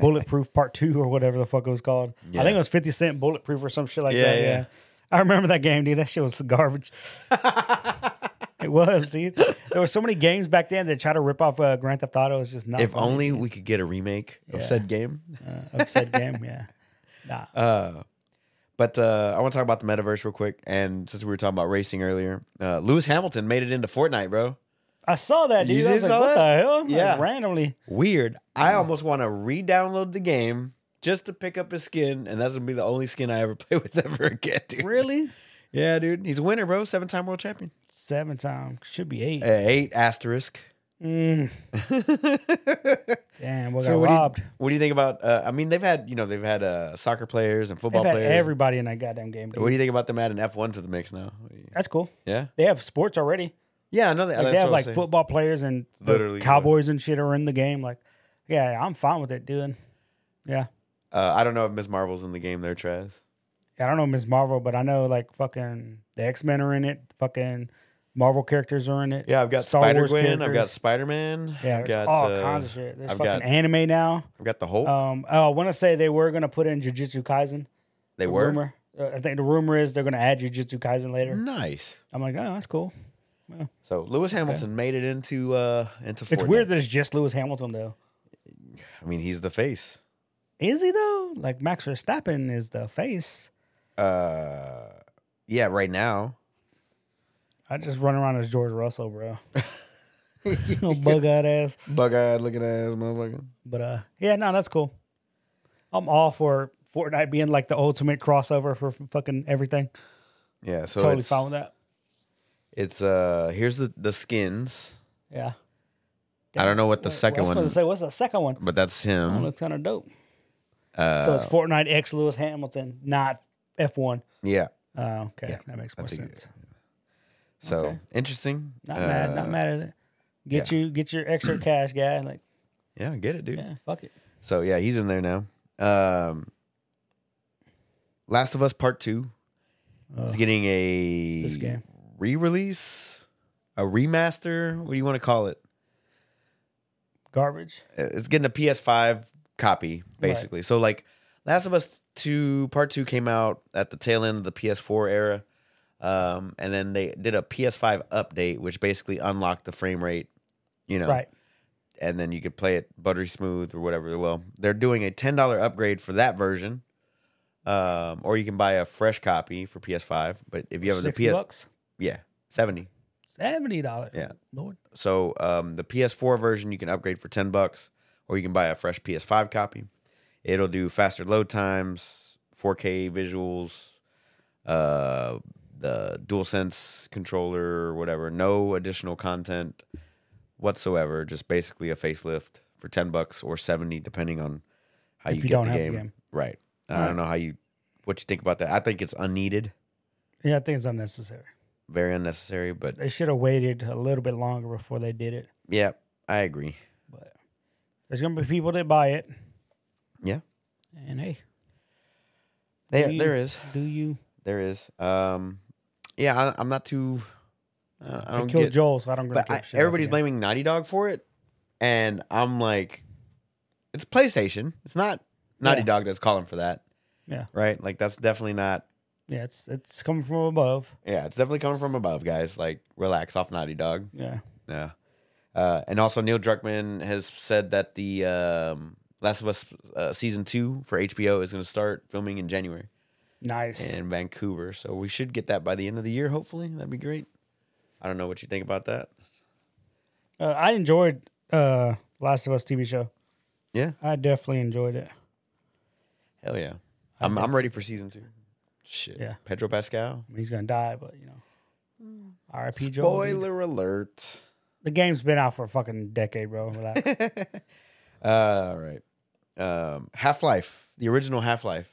B: Bulletproof Part Two or whatever the fuck it was called.
A: Yeah.
B: I think it was Fifty Cent Bulletproof or some shit like
A: Yeah,
B: that.
A: yeah.
B: Yeah. I remember that game, dude. That shit
A: [laughs]
B: was garbage. it was, dude. There were so many games back then that tried to rip off uh, Grand Theft Auto. It's just not.
A: if
B: funny.
A: only we could get a remake of
B: Yeah.
A: said game.
B: uh, of said game. Yeah. Nah.
A: Uh, but uh, I want to talk about the metaverse real quick. And since we were talking about racing earlier, uh, Lewis Hamilton made it into Fortnite, bro.
B: I saw that,
A: You
B: dude. I was
A: did
B: like,
A: saw
B: what
A: that?
B: the hell? Like,
A: Yeah.
B: randomly.
A: Weird. I almost want to re-download the [laughs] game just to pick up his skin, and that's gonna be the only skin I ever play with ever again, dude.
B: Really?
A: Yeah, dude. He's a winner, bro. Seven time world champion.
B: Seven time should be eight.
A: Uh, eight [laughs] asterisk.
B: Mm,
A: so
B: damn, what got
A: what do, you,
B: robbed?
A: what do you think about? Uh, I mean, they've had you know they've had uh, soccer players and football
B: They've had
A: players.
B: everybody in that goddamn game. Dude.
A: What do you think about them adding F one to the mix now?
B: That's cool.
A: Yeah,
B: They have sports already.
A: yeah. I know that.
B: Like,
A: that's
B: they have
A: what
B: like
A: I'm saying.
B: football players and the
A: Literally, yeah.
B: Cowboys and shit are in the game. Like, yeah, I'm fine with it, dude. Yeah.
A: Uh, I don't know if Miss Marvel's in the game there, Trez.
B: I don't know Ms. Marvel, but I know like fucking the X Men are in it. Fucking Marvel characters are in it.
A: Yeah, I've got
B: Star Wars
A: Spider Gwen. I've got
B: characters.
A: Spider Man.
B: Yeah,
A: I've
B: there's
A: got
B: all
A: uh,
B: kinds of shit. There's
A: I've
B: fucking
A: got-
B: anime now.
A: I've got the Hulk.
B: Um, oh, I want to say they were gonna put in Jujutsu Kaisen.
A: they
B: The
A: were Mm.
B: Rumor. Uh, I think the rumor is they're gonna add Jujutsu Kaisen later.
A: nice.
B: I'm like, oh, that's cool.
A: So Lewis Hamilton made it into uh into.
B: It's
A: Fortnite.
B: weird that it's just Lewis Hamilton though.
A: I mean, he's the face.
B: Is he though? Like Max Verstappen is the face.
A: Uh, yeah. Right now,
B: I just run around as George
A: [laughs]
B: Russell, bro. Bug out ass.
A: bug eyed looking ass motherfucker.
B: But uh, yeah, no, that's cool. I'm all for Fortnite being like the ultimate crossover for f- fucking everything.
A: Yeah. So
B: totally
A: it's,
B: fine with that.
A: It's uh here's the the skins.
B: Yeah.
A: I don't know what the
B: Wait,
A: second
B: I was about
A: one,
B: to say, what's the second one?
A: but that's
B: That
A: him.
B: looks kind of dope.
A: Uh,
B: Oh, so it's Fortnite X Lewis Hamilton, not F1.
A: yeah.
B: Oh, okay,
A: Yeah,
B: that makes
A: I
B: more
A: think-
B: sense.
A: So
B: Okay.
A: interesting.
B: Not mad,
A: Uh,
B: not mad at it. Get you, get your extra cash, guy. Like,
A: Yeah, get it, dude.
B: yeah, fuck it.
A: So yeah, he's in there now. Um, Last of Us Part Two
B: Ugh.
A: is getting a
B: This game.
A: re-release, a remaster. What do you want to call it?
B: Garbage.
A: Uh, It's getting a PS5 copy, basically. So like, Last of Us Two Part Two came out at the tail end of the PS4 era, um, and then they did a PS5 update, which basically unlocked the frame rate. You know,
B: Right.
A: and then you could play it buttery smooth or whatever. Well, they're doing a ten dollar upgrade for that version, um, or you can buy a fresh copy for PS5. But if you have the
B: Sixty
A: PS,
B: bucks.
A: yeah, seventy.
B: Seventy dollars.
A: Yeah.
B: Lord.
A: So um, the PS4 version you can upgrade for ten bucks, or you can buy a fresh PS5 copy. It'll do faster load times, 4K visuals, uh, the DualSense controller or whatever. No additional content whatsoever. Just basically a facelift for ten bucks or seventy, depending on how
B: If
A: you,
B: you
A: get
B: don't
A: the,
B: have the
A: game.
B: game.
A: Right. I
B: Right.
A: don't know how you what you think about that. I think it's unneeded,
B: Yeah, I think it's unnecessary.
A: very unnecessary, but
B: They should have waited a little bit longer before they did it.
A: yeah, I agree.
B: But there's gonna be people that buy it.
A: Yeah.
B: And hey,
A: There,
B: We-
A: there is.
B: do you?
A: There is. Um, yeah, I, I'm not too. Uh, I
B: I
A: don't
B: killed
A: get.
B: Joel, so I don't.
A: but I, everybody's blaming Naughty Dog for it, and I'm like, it's PlayStation. It's not Naughty
B: Yeah.
A: Dog that's calling for that.
B: Yeah.
A: Right. Like that's definitely not.
B: Yeah, it's it's coming from above.
A: Yeah, it's definitely coming from above, guys. Like, relax off Naughty Dog.
B: Yeah.
A: Yeah. Uh, and also, Neil Druckmann has said that the um, Last of Us uh, season two for HBO is going to start filming in January
B: Nice.
A: in Vancouver. So we should get that by the end of the year, hopefully. That'd be great. I don't know what you think about that.
B: Uh, I enjoyed uh Last of Us TV show.
A: Yeah.
B: I definitely enjoyed it.
A: Hell yeah. I'm, I'm ready for season two. Shit.
B: Yeah.
A: Pedro Pascal.
B: I mean, he's gonna die, but you know. R.I.P. Joel. dude.
A: Spoiler alert.
B: The game's been out for a fucking decade, bro. Relax.
A: All right. Um, Half Life, the original Half Life,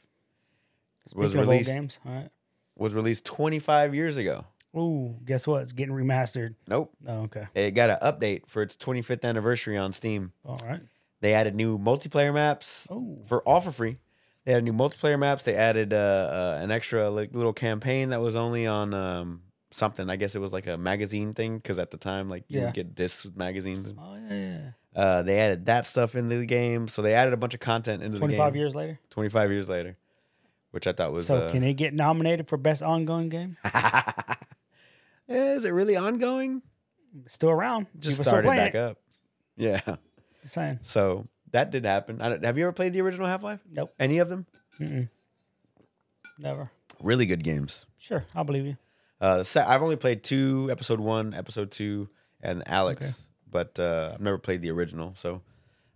A: was
B: Speaking of old
A: released
B: Games. All right.
A: was released 25 years ago.
B: Ooh, guess what? It's getting remastered.
A: Nope.
B: Oh, okay.
A: It got an update for its 25th anniversary on Steam.
B: All right.
A: They added new multiplayer maps
B: Oh.
A: for all for free. They added new multiplayer maps. They added uh, uh, an extra like little campaign that was only on um, something. I guess it was like a magazine thing because at the time, like you
B: Yeah.
A: would get discs with magazines. and-
B: Oh yeah. yeah.
A: Uh, they added that stuff into the game, so they added a bunch of content into the game.
B: Twenty five years later.
A: Twenty five years later, which I thought was.
B: so
A: uh,
B: can it get nominated for best ongoing game?
A: [laughs] is it really ongoing?
B: It's still around.
A: Just
B: People still
A: started
B: playing
A: back
B: it.
A: up. Yeah. [laughs]
B: Just saying.
A: So that did happen. I don't, have you ever played the original Half Life?
B: Nope.
A: Any of them?
B: Mm-mm. Never.
A: Really good games.
B: Sure, I'll believe you.
A: Uh, se- I've only played two, episode one, episode two, and Alex,
B: Okay.
A: but uh, I've never played the original. So I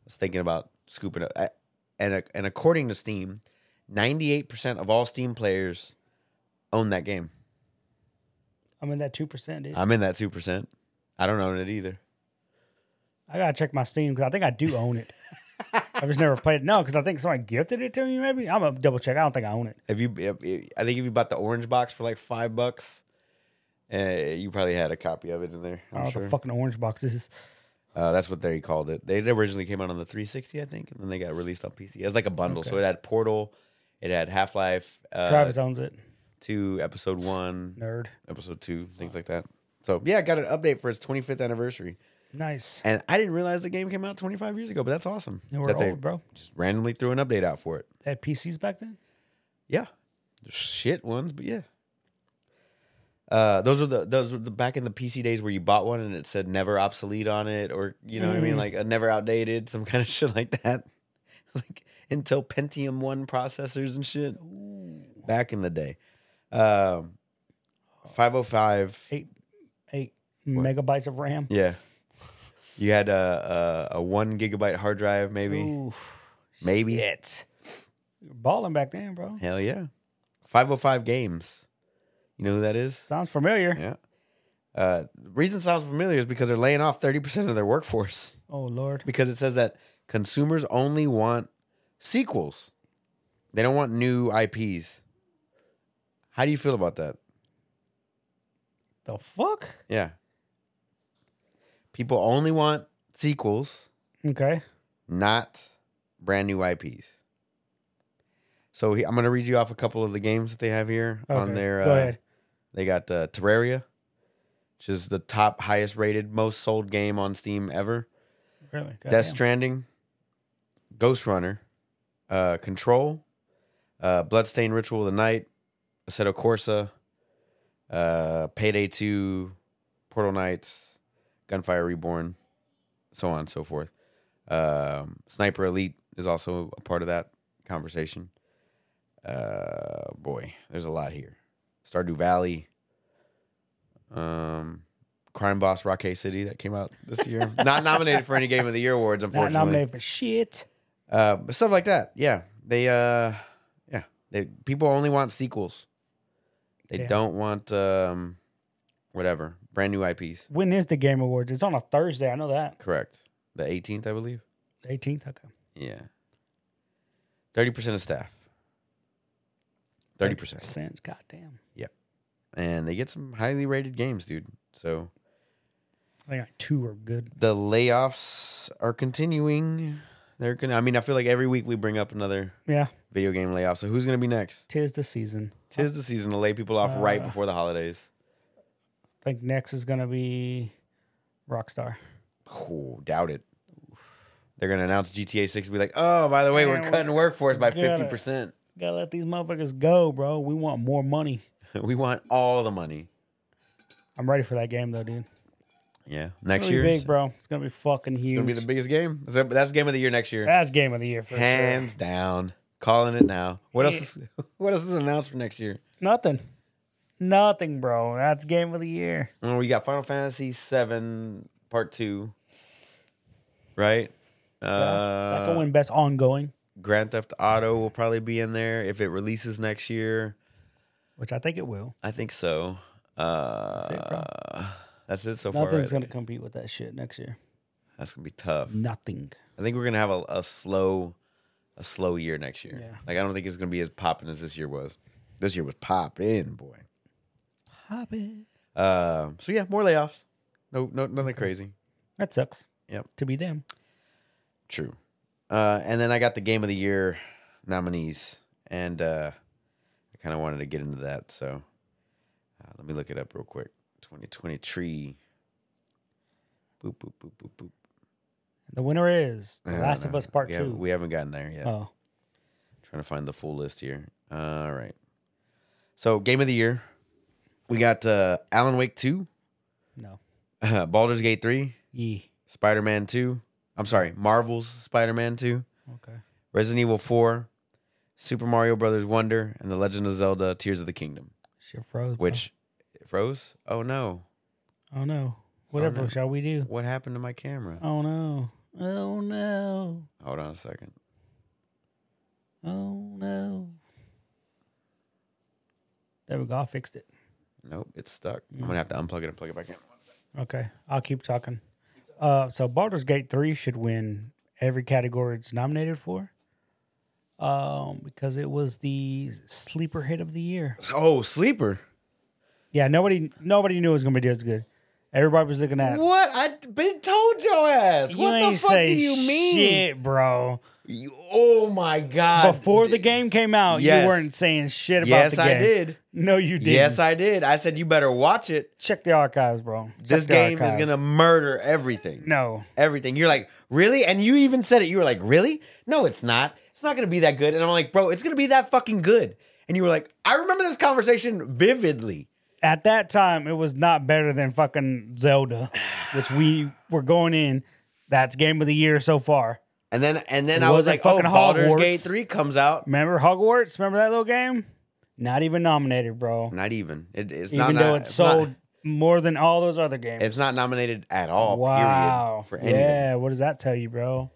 A: was thinking about scooping up. I- And ac- and according to Steam, ninety eight percent of all Steam players own that game.
B: I'm in that two percent, dude.
A: I'm in that two percent. I don't own it either.
B: I gotta check my Steam because I think I do own
A: [laughs]
B: it. I've just never played it. No, because I think someone gifted it to me. Maybe I'm gonna double check. I don't think I own it.
A: If you, if, if- I think if you bought the orange box for like five bucks, uh, you probably had a copy of it in there.
B: I don't know
A: I'm
B: what
A: sure.
B: Oh, the fucking orange box is.
A: Uh, that's what they called it. They originally came out on the 360, I think, and then they got released on PC. It was like a bundle, so
B: Okay.
A: it had Portal, it had Half Life, uh,
B: Travis owns it.
A: two, Episode one,
B: Nerd.
A: Episode two, things like that. So yeah, I got an update for its 25th anniversary,
B: Nice.
A: and I didn't realize the game came out 25 years ago, but that's awesome
B: And we're
A: that they
B: old, bro.
A: just randomly threw an update out for it.
B: They had PCs back then.
A: Yeah, shit ones, but yeah. Uh, those are the those were the back in the PC days where you bought one and it said never obsolete on it, or you know what I mean,
B: Mm.
A: like a never outdated, some [laughs] kind of shit like that. like Intel Pentium One processors and shit back in the day. Um, five hundred five.
B: Eight, eight
A: What?
B: megabytes of RAM.
A: Yeah, you had a, a a one gigabyte hard drive, maybe,
B: Oof.
A: maybe.
B: Shit. You were balling back then, bro.
A: Hell yeah, five hundred five games. You know who that is?
B: Sounds familiar.
A: Yeah. Uh, the reason it sounds familiar is because they're laying off 30% of their workforce [laughs]
B: Oh lord.
A: because it says that consumers only want sequels. They don't want new IPs. How do you feel about that?
B: The fuck?
A: Yeah. People only want sequels,
B: Okay.
A: not brand new IPs. So he, I'm going to read you off a couple of the games that they have here on
B: Okay.
A: their
B: Go
A: uh,
B: ahead.
A: They got uh, Terraria, which is the top highest rated, most sold game on Steam ever.
B: Really?
A: Death
B: Goddamn.
A: Stranding, Ghost Runner, uh, Control, uh, Bloodstained Ritual of the Night, Assetto Corsa, uh, Payday 2, Portal Knights, Gunfire Reborn, so on and so forth. Um, Sniper Elite is also a part of that conversation. Uh, boy, there's a lot here. Stardew Valley, um, Crime Boss Rocket City that came out this
B: [laughs]
A: year. Not nominated for any Game of the Year awards,
B: Not
A: unfortunately.
B: nominated for shit.
A: Uh, but stuff like that. Yeah, they. Uh, yeah, they, people only want sequels. They
B: Yeah.
A: don't want um, whatever brand new IPs.
B: When is the Game Awards? It's on a Thursday. I know that.
A: Correct. The 18th, I believe.
B: 18th. Okay.
A: Yeah. Thirty percent of staff. Thirty percent,
B: Cents. Goddamn.
A: and they get some highly rated games, dude. So
B: I think like two are good.
A: the layoffs are continuing. They're gonna. I mean, I feel like every week we bring up another
B: Yeah.
A: video game layoff. So who's gonna be next?
B: Tis the season.
A: Tis the season to lay people off right
B: Uh,
A: before the holidays.
B: I think next is gonna be Rockstar.
A: Oh, doubt it. They're gonna announce GTA Six and be like, "Oh, by the way, we're
B: Yeah, we-
A: cutting workforce by
B: Got it.
A: fifty percent. [laughs]
B: Gotta let these motherfuckers go, bro. We want more money.
A: We want all the money."
B: I'm ready for that game though, dude.
A: Yeah,
B: It's
A: next
B: gonna
A: year
B: be
A: it's
B: big, bro. It's gonna be fucking huge.
A: gonna be the biggest game. Is that- That's game of the year next year,
B: That's game of the year for sure.
A: hands down. Calling it now. What else? Is, [laughs] what else is announced for next year?
B: Nothing. Nothing, bro. That's game of the year.
A: Oh, we got Final Fantasy Seven Part Two, right?
B: that
A: Uh,
B: can win best ongoing,
A: Grand Theft Auto will probably be in there if it releases next year.
B: which I think it will.
A: I think so.
B: it, bro.
A: Uh, that's it so far.
B: Nothing's
A: right?
B: gonna compete with that shit next year.
A: That's gonna be tough.
B: Nothing.
A: I think we're gonna have a, a slow, a slow year next year.
B: Yeah.
A: Like I don't think it's gonna be as popping as this year was. This year was popping, boy.
B: Hop it.
A: Uh, so yeah, more layoffs. No, no, nothing crazy.
B: That sucks.
A: Yep.
B: To be them.
A: True. Uh, and then I got the game of the year nominees, and uh, I kind of wanted to get into that. So uh, let me look it up real quick. 2020 tree. Boop boop boop boop boop.
B: The winner is The
A: Uh,
B: Last of
A: no,
B: Us Part
A: we
B: Two.
A: haven't- we haven't gotten there yet.
B: Oh,
A: Trying to find the full list here. All right. So, game of the year. We got uh, Alan Wake 2,
B: no.
A: [laughs] Baldur's Gate 3,
B: Yeah.
A: Spider Man 2. I'm sorry, Marvel's Spider Man 2,
B: Okay.
A: Resident Evil 4, Super Mario Brothers Wonder, and The Legend of Zelda Tears of the Kingdom.
B: Shit froze. bro.
A: Which, it froze? Oh no.
B: Oh no. Whatever
A: no.
B: shall we do?
A: What happened to my camera?
B: Oh no. Oh no.
A: Hold on a second.
B: Oh no. There we go. I fixed it.
A: Nope, it's stuck. I'm gonna have to unplug it and plug it back in.
B: Okay, I'll keep talking. Uh, so Baldur's Gate three should win every category it's nominated for, um, because it was the sleeper hit of the year.
A: Oh, sleeper.
B: Yeah, nobody nobody knew it was gonna be as good. Everybody was looking at. it.
A: What? I been told your ass.
B: You
A: what the
B: ain't
A: fuck
B: say
A: do you mean?
B: shit, bro?
A: You- oh my god.
B: Before the game came out,
A: Yes.
B: you weren't saying shit about
A: Yes,
B: the game.
A: I did.
B: No, you didn't.
A: Yes, I did. I said you better watch it.
B: Check the archives, bro. Check
A: This
B: the
A: game is
B: archives.
A: gonna murder everything.
B: No,
A: everything. You're like, really? And you even said it. You were like, really? No, it's not. It's not gonna be that good. And I'm like, bro, it's gonna be that fucking good. And you were like, I remember this conversation vividly.
B: at that time it was not better than fucking Zelda, which we were going in. That's game of the year so far.
A: And then and then
B: It
A: I was
B: wasn't
A: like, oh,
B: fucking
A: Baldur's
B: Hogwarts.
A: Gate 3 comes out.
B: Remember Hogwarts? Remember that little game? Not even nominated, bro.
A: Not even. It, it's
B: even
A: not
B: though
A: not-
B: it
A: it's
B: sold
A: Not,
B: more than all those other games.
A: it's not nominated at all,
B: Wow.
A: period. For anything.
B: Yeah. What does that tell you, bro?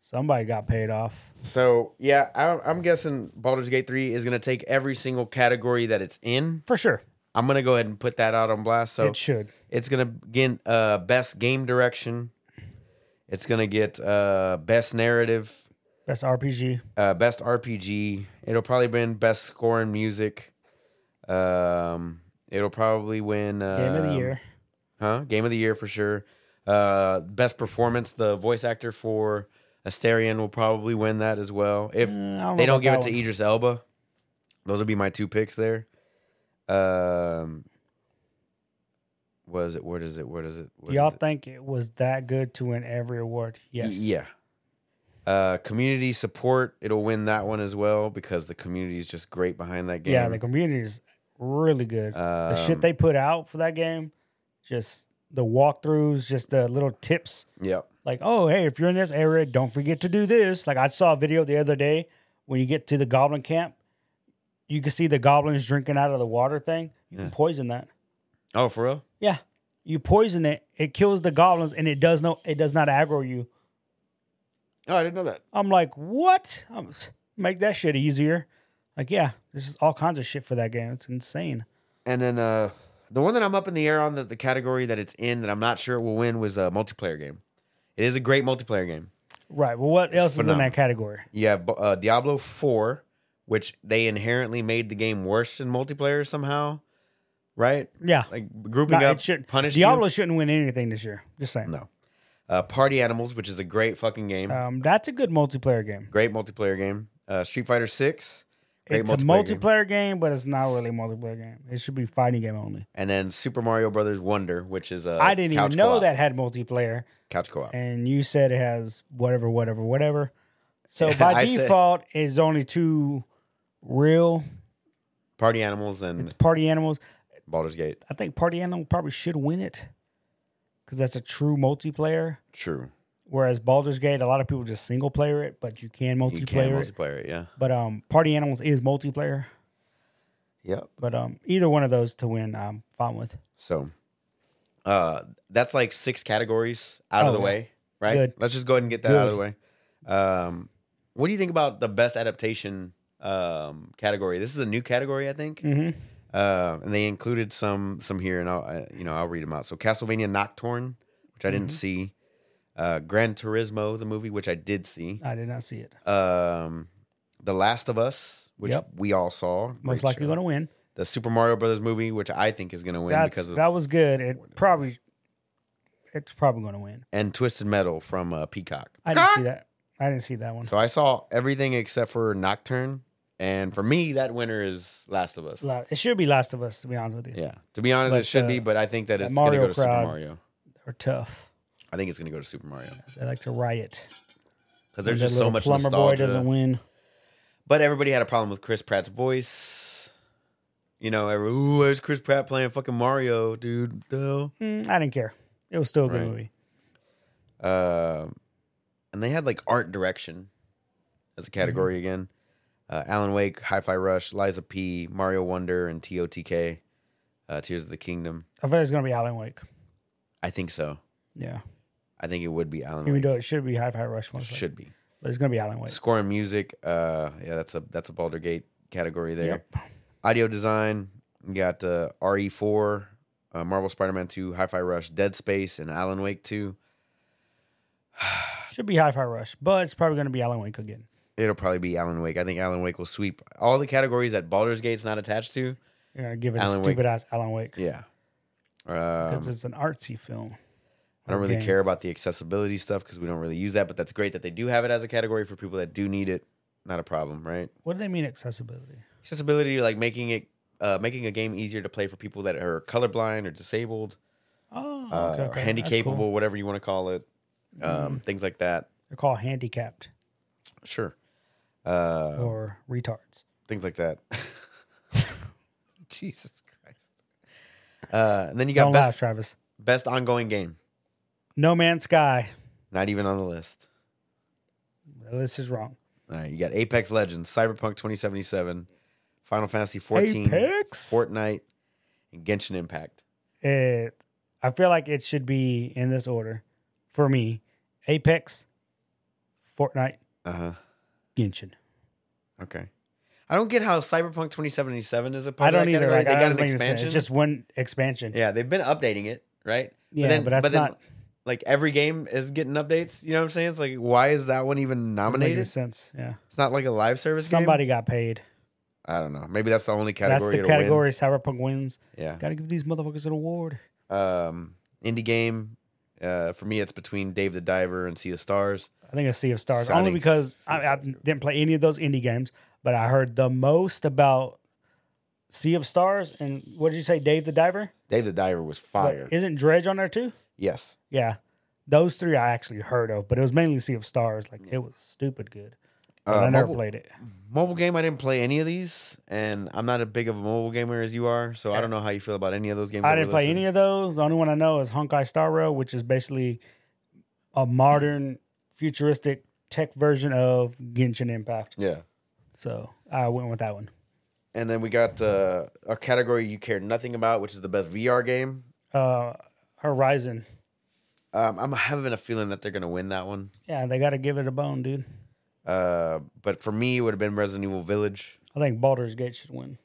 B: Somebody got paid off.
A: So yeah, I, I'm guessing Baldur's Gate 3 is gonna take every single category that it's in.
B: For sure.
A: I'm gonna go ahead and put that out on blast. So
B: It should.
A: It's gonna get uh, best game direction. It's gonna get uh, best narrative,
B: Best RPG.
A: uh, best RPG. It'll probably win best score and music. Um, it'll probably win uh,
B: Game of the year.
A: huh? Game of the year for sure. Uh, best performance. The voice actor for Asterion will probably win that as well. If
B: Mm, I don't know
A: they don't
B: about
A: give it
B: that
A: to
B: one.
A: Idris Elba, those would be my two picks there. Um, was it? Where does it? Where does it? Where does
B: Y'all
A: it?
B: think it was that good to win every award? Yes.
A: Yeah. Uh, community support, it'll win that one as well because the community is just great behind that game.
B: Yeah, the community is really good. the shit
A: Um,
B: they put out for that game, just the walkthroughs, just the little tips.
A: Yep.
B: Like, oh, hey, if you're in this area, don't forget to do this. Like, I saw a video the other day when you get to the goblin camp, you can see the goblins drinking out of the water thing. You
A: Yeah.
B: can poison that.
A: Oh, for real?
B: Yeah, you poison it, it kills the goblins, and it does no, it does not aggro you.
A: Oh, I didn't know that.
B: I'm like, what? I'm, make that shit easier. Like, yeah, there's just all kinds of shit for that game. It's insane.
A: And then uh, the one that I'm up in the air on, the, the category that it's in that I'm not sure it will win was a multiplayer game. It is a great multiplayer game.
B: Right. Well, what else is in
A: phenomenal.
B: that category?
A: You have bo- uh, Diablo 4, which they inherently made the game worse in multiplayer somehow, right?
B: Yeah.
A: Like grouping
B: Nah,
A: up,
B: it should,
A: punish you.
B: Diablo shouldn't win anything this year. Just saying.
A: No. Uh, Party Animals, which is a great fucking game.
B: Um, that's a good multiplayer game.
A: Great multiplayer game. Uh, Street Fighter Six. Great
B: it's
A: multiplayer.
B: a
A: game.
B: multiplayer game. but it's not really a multiplayer game. It should be fighting game only.
A: And then Super Mario Brothers Wonder, which is a
B: I didn't even
A: Uh, couch
B: know
A: co-op.
B: that had multiplayer,
A: couch co-op.
B: and you said it has whatever, whatever, whatever. So
A: Yeah,
B: by
A: I said-
B: default, it's only two real.
A: Party Animals and
B: It's party animals.
A: Baldur's Gate.
B: I think party animal probably should win it because that's a true multiplayer.
A: True.
B: Whereas Baldur's Gate, a lot of people just single player it, but you can multiplayer.
A: You can
B: it.
A: multiplayer. it, Yeah.
B: But um, Party Animals is multiplayer.
A: Yep.
B: But um, either one of those to win, I'm fine with.
A: So, uh, that's like six categories out of
B: Oh,
A: the
B: yeah.
A: way, right?
B: Good.
A: Let's just go ahead and get that out of the way. Um, what do you think about the best adaptation um category? This is a new category, I think.
B: hmm
A: Uh, and they included some some here, and I'll I, you know I'll read them out. So Castlevania Nocturne, which I
B: Mm-hmm.
A: didn't see, uh, Gran Turismo, the movie, which I did see,
B: I did not see it.
A: um, The Last of Us, which
B: Yep.
A: we all saw,
B: Most
A: Great
B: likely
A: show.
B: going to win.
A: the Super Mario Brothers movie, which I think is going to win
B: That's,
A: because of
B: that was good. It probably, it's probably going to win.
A: and Twisted Metal from uh, Peacock.
B: I didn't see that. I didn't see that one.
A: So I saw everything except for Nocturne, and for me, that winner is Last of Us.
B: La- It should be Last of Us, to be honest with you.
A: Yeah, to be honest,
B: But,
A: it should
B: uh,
A: be, but I think that
B: that
A: it's going to
B: Mario
A: go to Super
B: crowd-
A: Mario.
B: They're tough.
A: I think it's going to go to Super Mario.
B: They like to riot.
A: because there's
B: That
A: just so
B: little
A: much
B: plumber boy
A: nostalgia.
B: doesn't win.
A: But everybody had a problem with Chris Pratt's voice. You know, every, ooh, where's Chris Pratt playing fucking Mario, dude? Duh.
B: Mm, I didn't care. It was still a good
A: Right.
B: movie.
A: Uh, and they had like art direction as a category
B: Mm-hmm.
A: again. Uh, Alan Wake, Hi-Fi Rush, Liza P, Mario Wonder, and TOTK, uh, Tears of the Kingdom.
B: I thought it was going to be Alan Wake.
A: I think so.
B: Yeah.
A: I think it would be Alan
B: Even
A: Wake.
B: though it should be High Fi Rush. Most likely.
A: Should be
B: But it's going to be Alan Wake.
A: score and music. Uh, yeah, that's a that's a Baldur Gate category there.
B: Yep.
A: audio design, You got uh, RE4, uh, Marvel Spider Man 2, Hi Fi Rush, Dead Space, and Alan Wake 2.
B: Should be Hi Fi Rush, but it's probably going to be Alan Wake again.
A: It'll probably be Alan Wake. I think Alan Wake will sweep all the categories that Baldur's Gate's not attached to.
B: You're going to give it
A: Alan
B: a
A: Wake.
B: stupid ass Alan Wake
A: Yeah. Um,
B: because it's an artsy film.
A: I don't
B: or
A: really
B: game.
A: care about the accessibility stuff because we don't really use that, but that's great that they do have it as a category for people that do need it. Not a problem, right?
B: What do they mean accessibility?
A: Accessibility, like making it, uh, making a game easier to play for people that are colorblind or disabled, uh,
B: Oh, okay,
A: or
B: okay. That's
A: handicapable,
B: cool. Mm-hmm.
A: whatever you want to call it, um, things like that.
B: They're called handicapped
A: Sure, uh,
B: or retards.
A: things like that. [laughs] Jesus Christ! Uh, and then you got
B: Don't laugh,
A: best
B: Travis.
A: best ongoing game,
B: No Man's Sky.
A: not even on the list.
B: This is wrong.
A: All right, you got Apex Legends, Cyberpunk 2077, Final Fantasy 14,
B: Apex?
A: Fortnite, and Genshin Impact.
B: It, I feel like it should be in this order for me Apex, Fortnite,
A: Uh
B: Uh-huh.
A: huh.
B: Genshin.
A: Okay. I don't get how Cyberpunk 2077 is a part
B: I
A: of
B: don't
A: that
B: either.
A: category.
B: Like,
A: they
B: I
A: got
B: don't
A: an
B: make any sense.
A: expansion.
B: It's just one expansion.
A: yeah, they've been updating it, right?
B: Yeah, but that's not-
A: like every game is getting updates. You know what I'm saying? It's like why is that one even
B: Doesn't make any
A: nominated?
B: sense. Yeah.
A: It's not like a live service
B: Somebody got paid.
A: game. I don't know. Maybe that's the only category.
B: that's the
A: it'll win.
B: category Cyberpunk wins.
A: Yeah.
B: Got to give these motherfuckers an award.
A: Um, indie game. Uh, for me, it's between Dave the Diver and Sea of Stars.
B: I think a Sea of Stars
A: So I
B: only
A: think
B: because
A: Sea of
B: I, I
A: Stars.
B: didn't play any of those indie games, but I heard the most about Sea of Stars and what did you say, Dave the Diver?
A: Dave the Diver was
B: But
A: fire.
B: isn't Dredge on there too?
A: yes.
B: Yeah, those three I actually heard of, but it was mainly Sea of Stars. Like it was stupid good. But
A: Uh,
B: I never
A: mobile,
B: played it.
A: mobile game. I didn't play any of these, and I'm not as big of a mobile gamer as you are, so I don't know how you feel about any of those games.
B: I didn't play any of those. The only one I know is Honkai Star Rail, which is basically a modern, futuristic tech version of Genshin Impact.
A: Yeah.
B: So I went with that one.
A: And then we got uh, a category you care nothing about, which is the best VR game.
B: Uh, Horizon.
A: Um, I'm having a feeling that they're gonna win that one.
B: Yeah, they got to give it a bone, dude.
A: Uh, but for me, it would have been Resident Evil Village.
B: I think Baldur's Gate should win.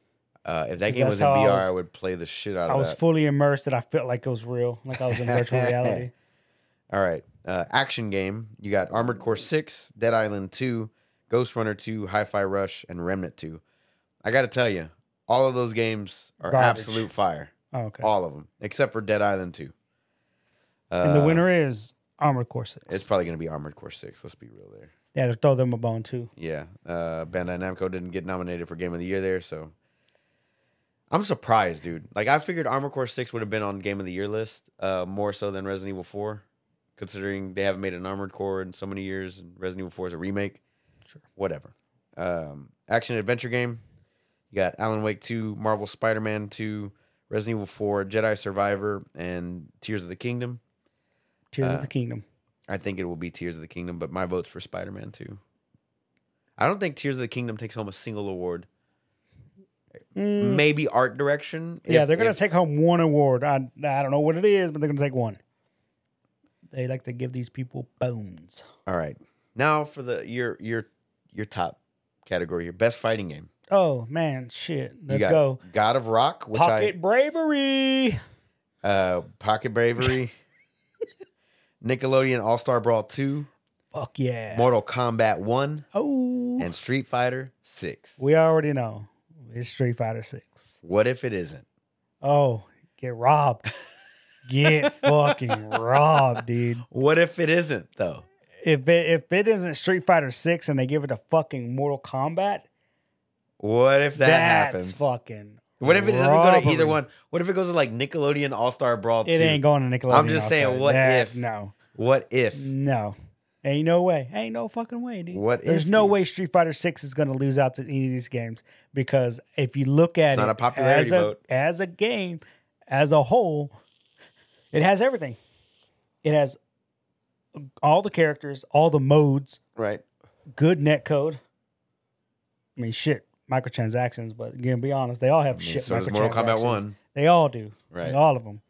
A: Uh, if that
B: 'Cause
A: game was in
B: that's how I
A: VR, I,
B: was-
A: would play the shit out
B: I
A: of
B: was
A: that.
B: fully immersed that I felt like it was real, like I was
A: [laughs]
B: in virtual reality.
A: All right. Uh, action game. You got Armored Core 6, Dead Island 2, Ghost Runner 2, Hi Fi Rush, and Remnant 2. I got to tell you, all of those games are
B: Garbage.
A: absolute fire.
B: Oh, okay.
A: All of them, except for Dead Island 2. Uh,
B: and the winner is Armored Core 6.
A: It's probably going to be Armored Core 6. Let's be real there.
B: Yeah, they'll throw them a bone too.
A: Yeah. Uh, Bandai Namco didn't get nominated for Game of the Year there, so. I'm surprised, dude. Like, I figured Armored Core 6 would have been on Game of the Year list uh, more so than Resident Evil 4, considering they haven't made an Armored Core in so many years, and Resident Evil 4 is a remake.
B: Sure.
A: Whatever. Um, action adventure game. You got Alan Wake 2, Marvel Spider Man 2, Resident Evil 4, Jedi Survivor, and Tears of the Kingdom.
B: Tears
A: Uh,
B: of the Kingdom.
A: I think it will be Tears of the Kingdom, but my vote's for Spider Man 2. I don't think Tears of the Kingdom takes home a single award.
B: Mm,
A: Maybe art direction.
B: yeah,
A: if-
B: they're gonna
A: if-
B: take home one award. I I don't know what it is, but they're gonna take one. They like to give these people bones.
A: All right. Now for the your your your top category, your best fighting game.
B: Oh man, shit.
A: You
B: Let's
A: got
B: go.
A: God of Rock, which
B: Pocket bravery.
A: I uh Pocket
B: [laughs]
A: Bravery. Nickelodeon All Star Brawl 2,
B: Fuck yeah.
A: Mortal Kombat 1,
B: oh,
A: and Street Fighter 6.
B: we already know it's Street Fighter Six.
A: What if it isn't?
B: Oh, get robbed.
A: [laughs]
B: Get fucking robbed, dude.
A: What if it isn't though?
B: If it if it isn't Street Fighter Six and they give it a fucking Mortal Kombat,
A: What if that
B: that's
A: happens?
B: fucking.
A: What if it doesn't go to either
B: robbery.
A: one? What if it goes to like Nickelodeon All Star Brawl 2?
B: It ain't going to Nickelodeon.
A: I'm just saying,
B: All-Star.
A: what
B: That-
A: if?
B: No,
A: what if?
B: no, ain't no way, ain't no fucking way, dude.
A: What
B: There's
A: if,
B: no
A: dude?
B: way Street Fighter Six is going to lose out to any of these games because if you look at
A: It's
B: it
A: not a popularity
B: as a
A: vote.
B: as a game, as a whole, it has everything. It has all the characters, all the modes,
A: Right.
B: good net code. I mean, shit, microtransactions. But again, be honest, they all have
A: I mean,
B: shit.
A: so does Mortal Kombat
B: microtransactions.
A: 1.
B: They all do. Like,
A: Right.
B: all of them.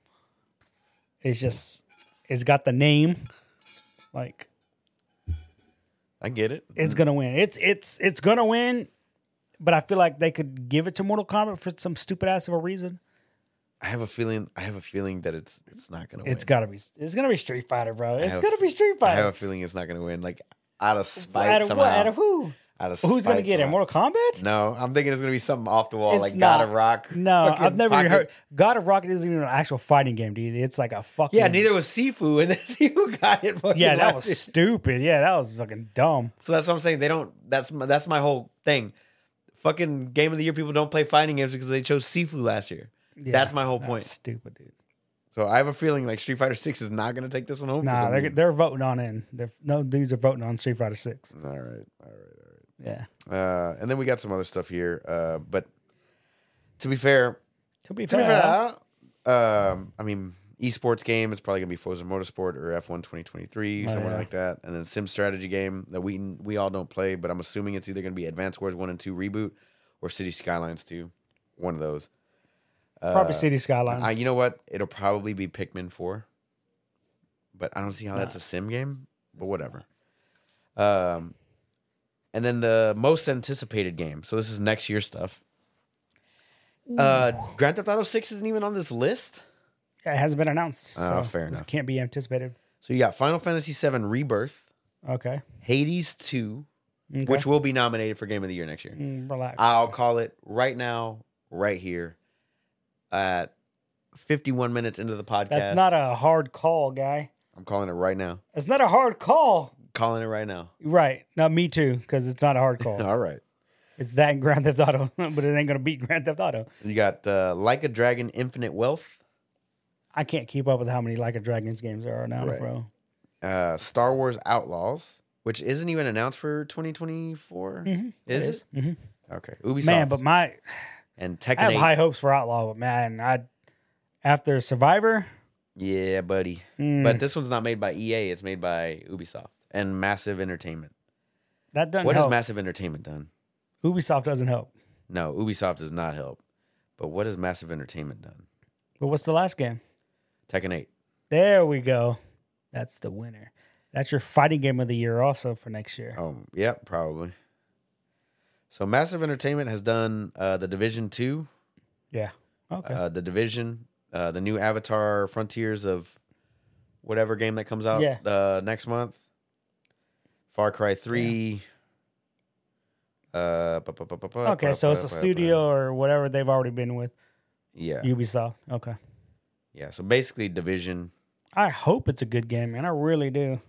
B: It's just, it's got the name. Like
A: I get it.
B: it's gonna win. It's it's it's gonna win. but I feel like they could give it to Mortal Kombat for some stupid ass of a reason.
A: I have a feeling. I have a feeling that it's it's not gonna.
B: It's
A: win.
B: gotta be. It's gonna be Street Fighter, bro. It's
A: have-
B: gonna be Street
A: I have
B: Fighter.
A: a feeling it's not gonna win. Like out of spite
B: Out of
A: somehow.
B: what? Out of who?
A: Out of
B: Who's gonna
A: spite
B: get it?
A: somehow.
B: Mortal Kombat?
A: No, I'm thinking it's gonna be something off the wall,
B: It's
A: like
B: not.
A: God of Rock.
B: No,
A: fucking
B: I've never even
A: pocket-
B: heard. God of Rocket isn't even an actual fighting game, dude. It's like a fucking
A: Yeah, neither was Sifu, and then [laughs] Sifu got it. Fucking
B: Yeah, that
A: last
B: was
A: year.
B: stupid. Yeah, that was fucking dumb.
A: So that's what I'm saying. They don't. That's my, that's my whole thing. Fucking game of the year people don't play fighting games because they chose Sifu last year.
B: Yeah,
A: That's my whole
B: that's
A: point.
B: Stupid, dude.
A: So I have a feeling like Street Fighter Six is not gonna take this one home. for
B: Nah,
A: some
B: they're,
A: reason.
B: they're voting on in. They're, no dudes are voting on Street Fighter Six.
A: all right, all right, all right.
B: Yeah,
A: Uh, and then we got some other stuff here. Uh, but to be fair,
B: to be
A: to
B: fair,
A: be fair, Uh-huh. um, I mean, esports game is probably gonna be Forza Motorsport or F1 2023,
B: Oh,
A: somewhere
B: yeah.
A: like that. And then sim strategy game that we we all don't play, but I'm assuming it's either gonna be Advanced Wars One and Two reboot or City Skylines Two, one of those. Uh,
B: proper City Skylines.
A: I, you know what? It'll probably be Pikmin Four, but I don't see
B: It's
A: how that's
B: not.
A: a sim game. But whatever. Um, and then the most anticipated game. So this is next year stuff. Uh, Grand Theft Auto Six isn't even on this list.
B: it hasn't been announced.
A: Oh,
B: so
A: fair
B: this
A: enough.
B: Can't be anticipated.
A: So you got Final Fantasy VII Rebirth,
B: Okay,
A: Hades Two,
B: Okay.
A: which will be nominated for Game of the Year next year.
B: Mm, relax.
A: I'll call it right now, right here, at 51 minutes into the podcast.
B: That's not a hard call, guy.
A: I'm calling it right now.
B: That's not a hard call.
A: Calling it right now.
B: Right? No, me too. Because it's not a hard call.
A: [laughs] All right.
B: It's that and Grand Theft Auto, [laughs] but it ain't gonna beat Grand Theft Auto.
A: You got uh, Like a Dragon, Infinite Wealth,
B: I can't keep up with how many Like a Dragons games there are now,
A: Right.
B: bro.
A: uh, Star Wars Outlaws, which isn't even announced for 2024.
B: Mhm.
A: Is it?
B: hmm
A: Okay. Ubisoft
B: Man, but my
A: and
B: I
A: Tekken
B: have
A: 8.
B: high hopes for Outlaw, but man, I after Survivor,
A: yeah, buddy.
B: mm,
A: But this one's not made by EA. It's made by Ubisoft and Massive Entertainment.
B: that doesn't
A: What has
B: help.
A: Massive Entertainment done?
B: Ubisoft doesn't help.
A: No, Ubisoft does not help. But what has Massive Entertainment done?
B: But what's the last game?
A: Tekken 8.
B: There we go. That's the winner. That's your fighting game of the year, also for next year.
A: Oh, yeah, probably. So Massive Entertainment has done uh, The Division 2,
B: Yeah. Okay.
A: uh, The Division, uh, the new Avatar Frontiers of whatever game that comes out
B: Yeah.
A: uh, next month, Far Cry 3. Uh, bu- bu- bu- bu- bu-
B: okay,
A: bu-
B: so it's
A: bu-
B: a
A: bu- bu-
B: studio or whatever they've already been with
A: Yeah.
B: Ubisoft. Okay.
A: Yeah. So basically, Division.
B: I hope it's a good game, man. I really do.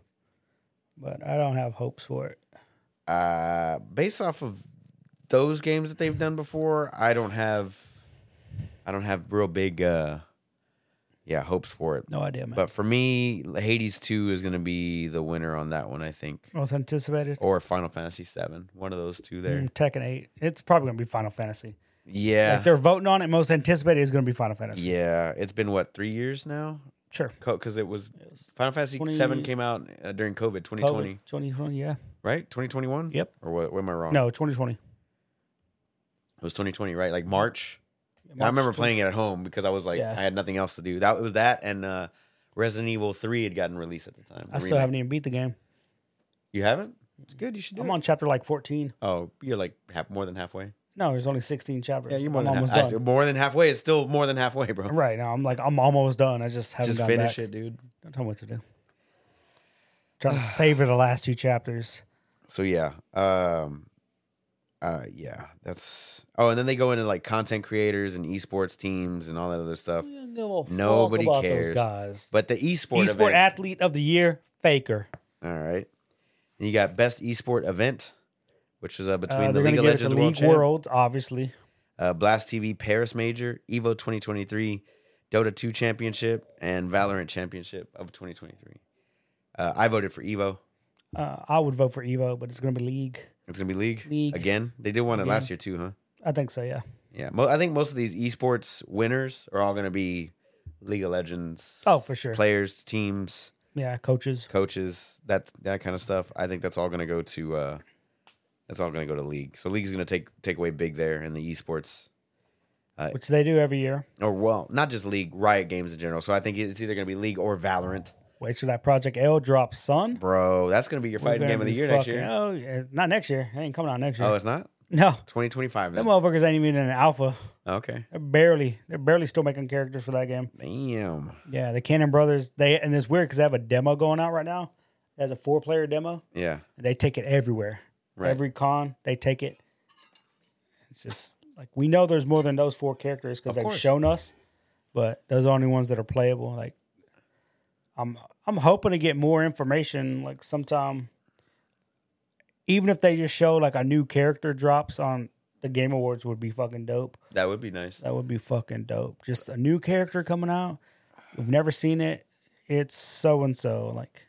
B: But I don't have hopes for it.
A: Uh, based off of those games that they've done before, I don't have, I don't have real big, uh, yeah, hopes for it.
B: No idea, man.
A: But for me, Hades Two is gonna be the winner on that one, I think,
B: Most anticipated.
A: or Final Fantasy Seven, one of those two there.
B: Mm, Tekken 8. It's probably going to be Final Fantasy.
A: Yeah,
B: If they're voting on it, most anticipated is going to be Final Fantasy.
A: yeah. It's been what three years now,
B: Sure.
A: because it was Final Fantasy
B: 20
A: Seven came out uh, during COVID, twenty twenty,
B: 2020, yeah.
A: right? Twenty twenty one.
B: Yep.
A: Or what, what am I wrong?
B: No, 2020.
A: it was twenty twenty, right? Like March. I remember playing it at home because I was like,
B: Yeah.
A: I had nothing else to do. That it was that, and uh, Resident Evil Three had gotten released at the time.
B: I
A: the
B: still
A: remake.
B: haven't even beat the game.
A: You haven't? It's good. You should do.
B: I'm
A: it.
B: on chapter like 14.
A: Oh, you're like half, more than halfway.
B: No, there's only 16 chapters.
A: Yeah, you're more
B: I'm
A: than
B: almost
A: half, I
B: done.
A: said more than halfway. It's still more than halfway, bro.
B: Right now, I'm like I'm almost done. I just haven't
A: Just
B: gone
A: finish
B: back.
A: it, dude.
B: Don't tell me what to do. trying
A: [sighs]
B: to savor the last two chapters.
A: So yeah, um, uh, yeah. That's oh, and then they go into like content creators and esports teams and all that other stuff. Nobody
B: about Those
A: cares.
B: guys.
A: But the esport,
B: Esport
A: event,
B: athlete of the year, Faker.
A: all right. And you got best esport event, which was uh,
B: Uh,
A: between the
B: they're
A: League
B: gonna
A: of
B: give it to
A: Legends World,
B: League
A: Champ-
B: Worlds, obviously.
A: uh, Blast TV Paris Major, Evo 2023, Dota 2 Championship, and Valorant Championship of 2023. Uh, I voted for Evo.
B: Uh, I would vote for Evo, but it's gonna be League.
A: It's gonna be League,
B: League.
A: again. They did one it
B: Again.
A: last year too, huh?
B: I think so. Yeah.
A: Yeah, Mo- I think most of these esports winners are all gonna be League of Legends.
B: Oh, for sure.
A: Players, teams,
B: Yeah, coaches.
A: coaches, that that kind of stuff. I think that's all gonna go to. Uh, that's all gonna go to League. So League's gonna take take away big there in the esports.
B: which they do every year.
A: or well, not just League, Riot Games in general. So I think it's either going to be League or Valorant,
B: Wait till that Project L drops, son.
A: bro. That's going to be your
B: We're
A: fighting
B: gonna
A: game of the
B: be
A: year next
B: fucking-
A: year.
B: Oh, yeah, not next year. It ain't coming out next year.
A: Oh, it's not.
B: [laughs] No,
A: 2025. Then.
B: them motherfuckers ain't even in alpha.
A: Okay.
B: They're barely. They're barely still making characters for that game.
A: Damn.
B: Yeah, the Cannon Brothers. They and it's weird because they have a demo going out right now. It has a four player demo.
A: Yeah.
B: They take it everywhere.
A: Right.
B: Every con, they take it. It's just like we know there's more than those four characters because
A: Of
B: they've
A: course.
B: shown us, but those are only ones that are playable. Like, I'm I'm hoping to get more information. Like sometime, even if they just show like a new character drops on the Game Awards would be fucking dope.
A: that would be nice.
B: That would be fucking dope. Just a new character coming out. We've never seen it. It's so and so. Like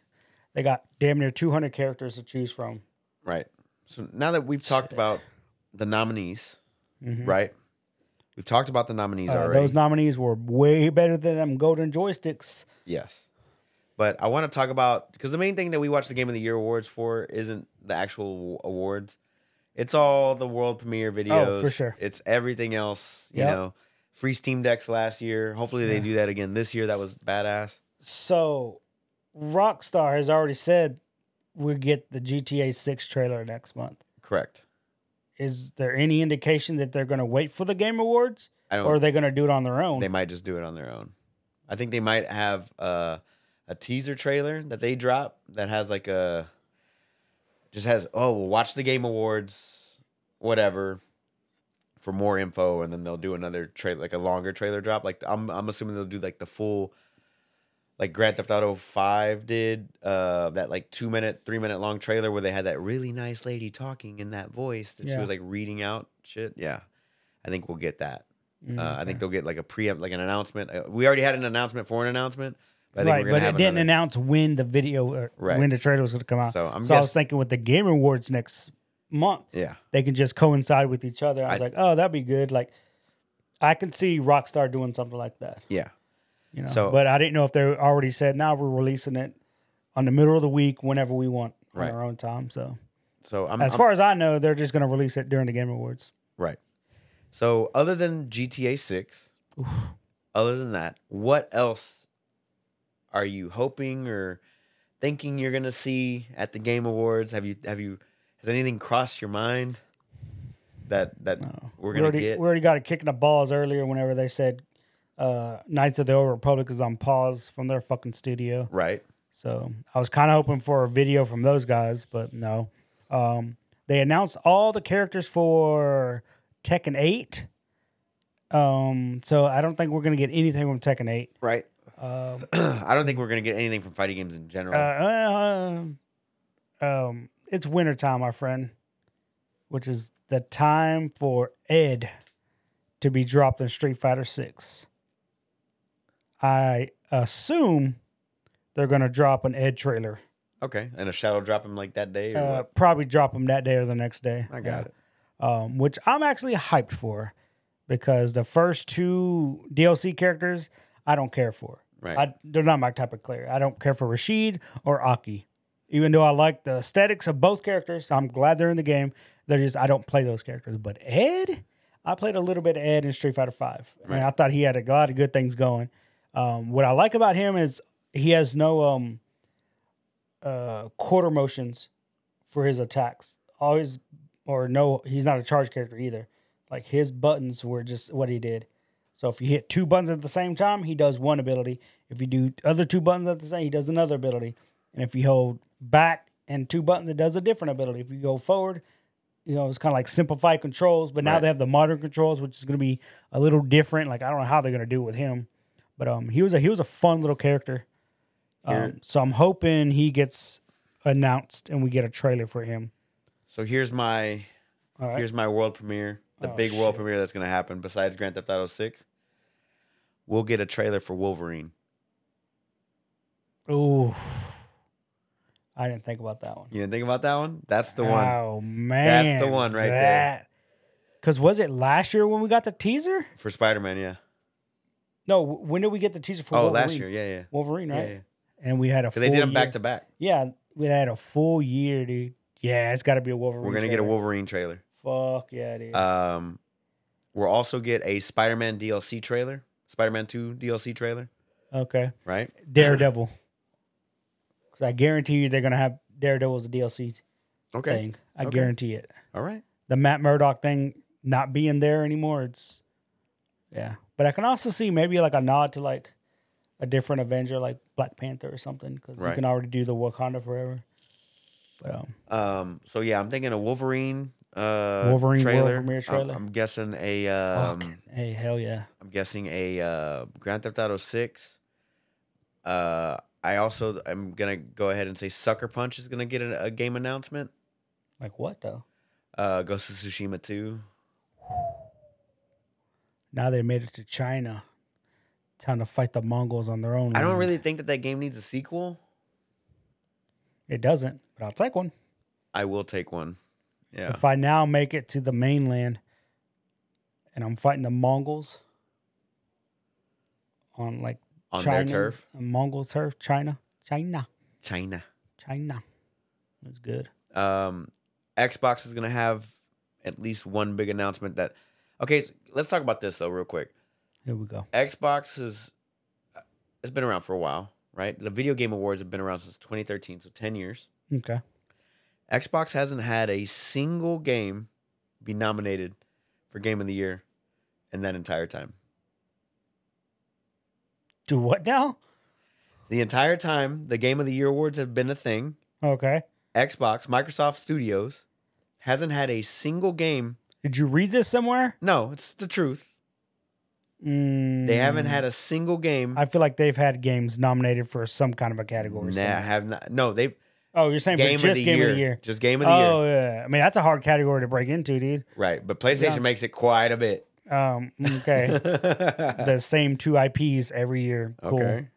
B: they got damn near 200 characters to choose from.
A: Right. So now that we've talked
B: Shit.
A: about the nominees,
B: Mhm.
A: right? We've talked about the nominees
B: Uh,
A: already.
B: those nominees were way better than them golden joysticks.
A: Yes. But I want to talk about because the main thing that we watch the Game of the Year awards for isn't the actual aw- awards. It's all the world premiere videos.
B: Oh, for sure.
A: It's everything else, you
B: Yep.
A: know. Free Steam Decks last year. Hopefully they
B: Yeah.
A: do that again this year. That was badass.
B: So Rockstar has already said we get the GTA 6 trailer next month.
A: Correct.
B: Is there any indication that they're going to wait for the game awards
A: I don't
B: or are they going to do it on their own?
A: they might just do it on their own. I think they might have uh, a teaser trailer that they drop that has like a just has oh well watch the game awards whatever for more info and then they'll do another trailer like a longer trailer drop like I'm I'm assuming they'll do like the full like Grand Theft Auto 5 did uh that like 2 minute 3 minute long trailer where they had that really nice lady talking in that voice that she
B: Yeah.
A: was like reading out shit yeah I think we'll get that
B: Mm,
A: uh, I
B: okay.
A: think they'll get like a preempt, like an announcement. Uh, we already had an announcement for an announcement, but I think
B: right,
A: we're
B: but
A: gonna
B: it
A: have
B: didn't
A: another.
B: announce when the video, or
A: Right.
B: when the trailer was going to come out. So,
A: So I'm
B: I was
A: guessing,
B: thinking with the Game Awards next month,
A: yeah,
B: they can just coincide with each other. I was
A: I-
B: like, oh, that'd be good. Like, I can see Rockstar doing something like that.
A: yeah,
B: You know,
A: So-
B: but I didn't know if they already said now we're releasing it on the middle of the week whenever we want on
A: Right.
B: our own time. So
A: so I'm,
B: as
A: I'm-
B: far as I know, they're just going to release it during the Game Awards.
A: right. So other than GTA Six, other than that, what else are you hoping or thinking you're gonna see at the Game Awards? Have you have you has anything crossed your mind that that
B: No.
A: we're
B: We
A: gonna
B: already,
A: get?
B: we already got a kick in the balls earlier whenever they said uh, Knights of the Old Republic is on pause from their fucking studio.
A: right,
B: So I was kind of hoping for a video from those guys, but no. Um, they announced all the characters for Tekken 8. Um, so I don't think we're going to get anything from Tekken 8.
A: right.
B: Um,
A: [clears throat] I don't think we're gonna get anything from fighting games in general.
B: Uh, uh, um, it's wintertime, my friend, which is the time for Ed to be dropped in Street Fighter Six. I assume they're gonna drop an Ed trailer.
A: okay, and a shadow drop him like that day or
B: Uh,
A: what?
B: probably drop them that day or the next day.
A: I got
B: Yeah.
A: it.
B: um, which I'm actually hyped for because the first two DLC characters I don't care for.
A: Right.
B: I, they're not my type of player. I don't care for Rashid or Aki. Even though I like the aesthetics of both characters, I'm glad they're in the game. They're just I don't play those characters. But Ed, I played a little bit of Ed in Street Fighter Five,
A: Right.
B: and I thought he had a lot of good things going. Um, what I like about him is he has no um, uh, quarter motions for his attacks. Always or no, he's not a charge character either. Like his buttons were just what he did. So if you hit two buttons at the same time, he does one ability. If you do other two buttons at the same, he does another ability. And if you hold back and two buttons, it does a different ability. If you go forward, you know, it's kind of like simplified controls, but now
A: Right.
B: they have the modern controls, which is going to be a little different. Like I don't know how they're going to do it with him, but um, he was a he was a fun little character.
A: Here-
B: Um, so I'm hoping he gets announced and we get a trailer for him.
A: So here's my
B: All right.
A: here's my world premiere, the
B: Oh,
A: big world
B: shit.
A: premiere that's gonna happen. Besides Grand Theft Auto Six, we'll get a trailer for Wolverine.
B: Ooh. I didn't think about that one.
A: You didn't think about that one? That's the one
B: Oh man.
A: one right there.
B: Cause was it last year when we got the teaser?
A: for Spider Man. Yeah.
B: No, w- when did we get the teaser for
A: oh,
B: Wolverine?
A: last year. Yeah, yeah.
B: Wolverine,
A: Yeah,
B: right?
A: yeah.
B: And we had a
A: Because
B: full
A: they did them
B: year.
A: back to back.
B: Yeah, we had a full year, dude. Yeah, it's gotta be a Wolverine.
A: We're gonna get a
B: trailer.
A: Wolverine trailer.
B: Fuck yeah, dude.
A: Um, we'll also get a Spider Man DLC trailer, Spider Man Two DLC trailer,
B: okay.
A: right?
B: Daredevil. Cause I guarantee you they're gonna have Daredevil's DLC
A: Okay.
B: thing. I
A: Okay.
B: guarantee it.
A: All right.
B: the Matt Murdock thing not being there anymore. It's yeah, but I can also see maybe like a nod to like a different Avenger, like Black Panther or something, because
A: Right.
B: you can already do the Wakanda Forever. But um,
A: Um, so yeah, I'm thinking a Wolverine uh
B: Wolverine world
A: trailer.
B: premiere
A: I'm-
B: trailer.
A: I'm, guessing a um
B: fuck. hey, hell yeah,
A: I'm guessing a uh Grand Theft Auto 6. Uh I also I'm going to go ahead and say Sucker Punch is going to get a, a game announcement.
B: like what though?
A: Uh Ghost of Tsushima 2.
B: Now they made it to China, trying to fight the Mongols on their own.
A: I don't
B: land.
A: really think that that game needs a sequel.
B: It doesn't, but I'll take one.
A: I will take one. Yeah.
B: If I now make it to the mainland and I'm fighting the Mongols on like
A: On
B: China,
A: their turf,
B: Mongol turf, China, China,
A: China.
B: China. That's good.
A: Um Xbox is going to have at least one big announcement that Okay, so let's talk about this though real quick.
B: Here we go.
A: Xbox is uh, it's been around for a while, right? The video game awards have been around since 2013, so 10 years.
B: Okay.
A: Xbox hasn't had a single game be nominated for game of the year in that entire time.
B: Do what now?
A: The entire time the game of the year awards have been a thing,
B: Okay.
A: Xbox, Microsoft Studios hasn't had a single game.
B: Did you read this somewhere?
A: No, it's the truth.
B: Mm,
A: They haven't had a single game.
B: I feel like they've had games nominated for some kind of a category.
A: nah,
B: somewhere.
A: have not. No, they've
B: Oh, you're saying
A: game
B: for
A: of
B: just
A: the
B: game
A: year.
B: of the year.
A: Just game of the
B: Oh
A: year.
B: yeah. I mean that's a hard category to break into, dude.
A: Right, but PlayStation
B: Yeah.
A: makes it quite a bit.
B: Um,
A: [laughs]
B: okay. the same two IPs every year. Cool.
A: Okay.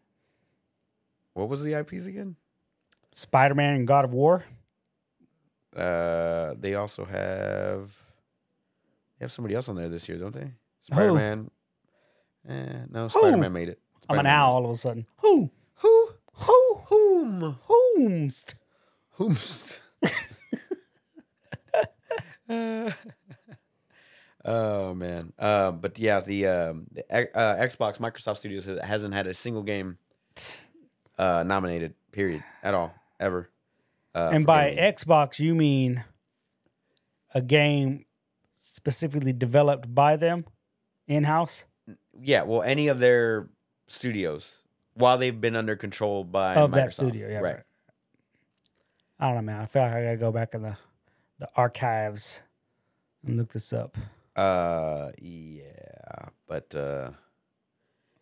A: What was the IPs again?
B: Spider Man and God of War.
A: Uh, they also have they have somebody else on there this year, don't they? Spider Man. Eh, no, Spider Man made it.
B: I'm an
A: Spider-Man.
B: owl all of a sudden. Who?
A: Who?
B: Who?
A: Whom?
B: Whomst?
A: Whomst? Uh, [laughs] oh man. Uh, but yeah, the um, the X- uh, Xbox Microsoft Studios has- hasn't had a single game uh, nominated. Period. At all. Ever. Uh,
B: and
A: for
B: by
A: Game of the Year.
B: Xbox, you mean a game specifically developed by them in house
A: yeah, well, any of their studios while they've been under control by
B: of that
A: Microsoft.
B: studio. Yeah,
A: right.
B: right. I don't know, man. I feel like I gotta go back in the the archives and look this up.
A: Uh, yeah, but uh,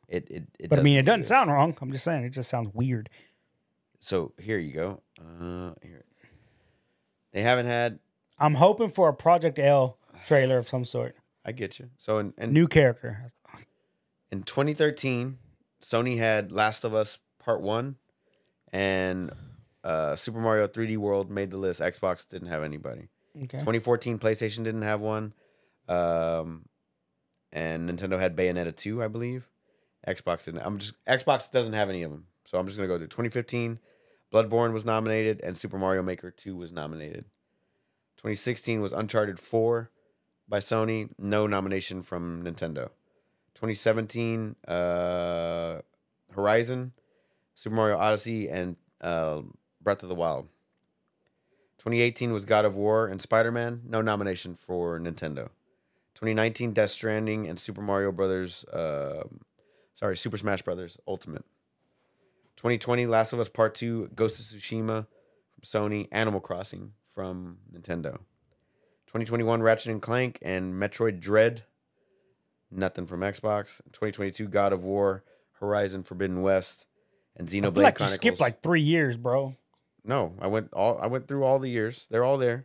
A: it it. it
B: But I mean, it doesn't
A: exist.
B: sound wrong. I'm just saying, it just sounds weird.
A: So here you go. Uh, here they haven't had.
B: I'm hoping for a Project L trailer of some sort.
A: I get you. So in in,
B: New character.
A: in 2013, Sony had Last of Us Part One, and uh, Super Mario 3D World made the list. Xbox didn't have anybody.
B: Okay.
A: 2014 PlayStation didn't have one, um, and Nintendo had Bayonetta 2, I believe. Xbox didn't. I'm just Xbox doesn't have any of them, so I'm just gonna go through 2015. Bloodborne was nominated, and Super Mario Maker 2 was nominated. 2016 was Uncharted 4 by Sony. No nomination from Nintendo. 2017, uh, Horizon, Super Mario Odyssey, and uh, Breath of the Wild. 2018 was God of War and Spider Man. No nomination for Nintendo. 2019, Death Stranding and Super Mario Brothers. um sorry, Super Smash Brothers Ultimate. 2020, Last of Us Part Two, Ghost of Tsushima from Sony, Animal Crossing from Nintendo. 2021, Ratchet and Clank and Metroid Dread. Nothing from Xbox. 2022, God of War, Horizon Forbidden West, and
B: I feel
A: Xenoblade
B: like you
A: Chronicles.
B: skipped like three years, bro.
A: No, I went all I went through all the years. They're all there.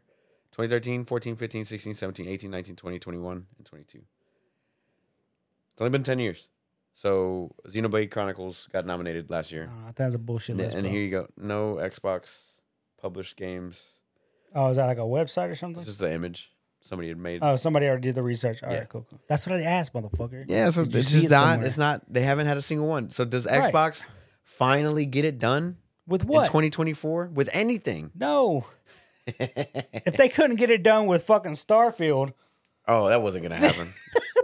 A: 2013, 14, 15, 16, 17, 18, 19, 20, 21, and 22. It's only been 10 years. So Xenoblade Chronicles got nominated last
B: I
A: year.
B: don't know, That's a bullshit
A: And,
B: list.
A: and
B: bro.
A: here you go. No Xbox published games.
B: Oh, is that like a website or something?
A: This is the image somebody had made.
B: Oh, somebody already did the research. All right,
A: Yeah.
B: cool, cool. That's what I asked, motherfucker.
A: yeah, so
B: Did you
A: it's
B: see
A: just
B: it
A: not
B: somewhere?
A: it's not they haven't had a single one. So does
B: Right.
A: Xbox finally get it done
B: With what?
A: in 2024 with anything? [laughs]
B: no. if they couldn't get it done with fucking Starfield, [laughs]
A: Oh, that wasn't gonna [laughs] happen.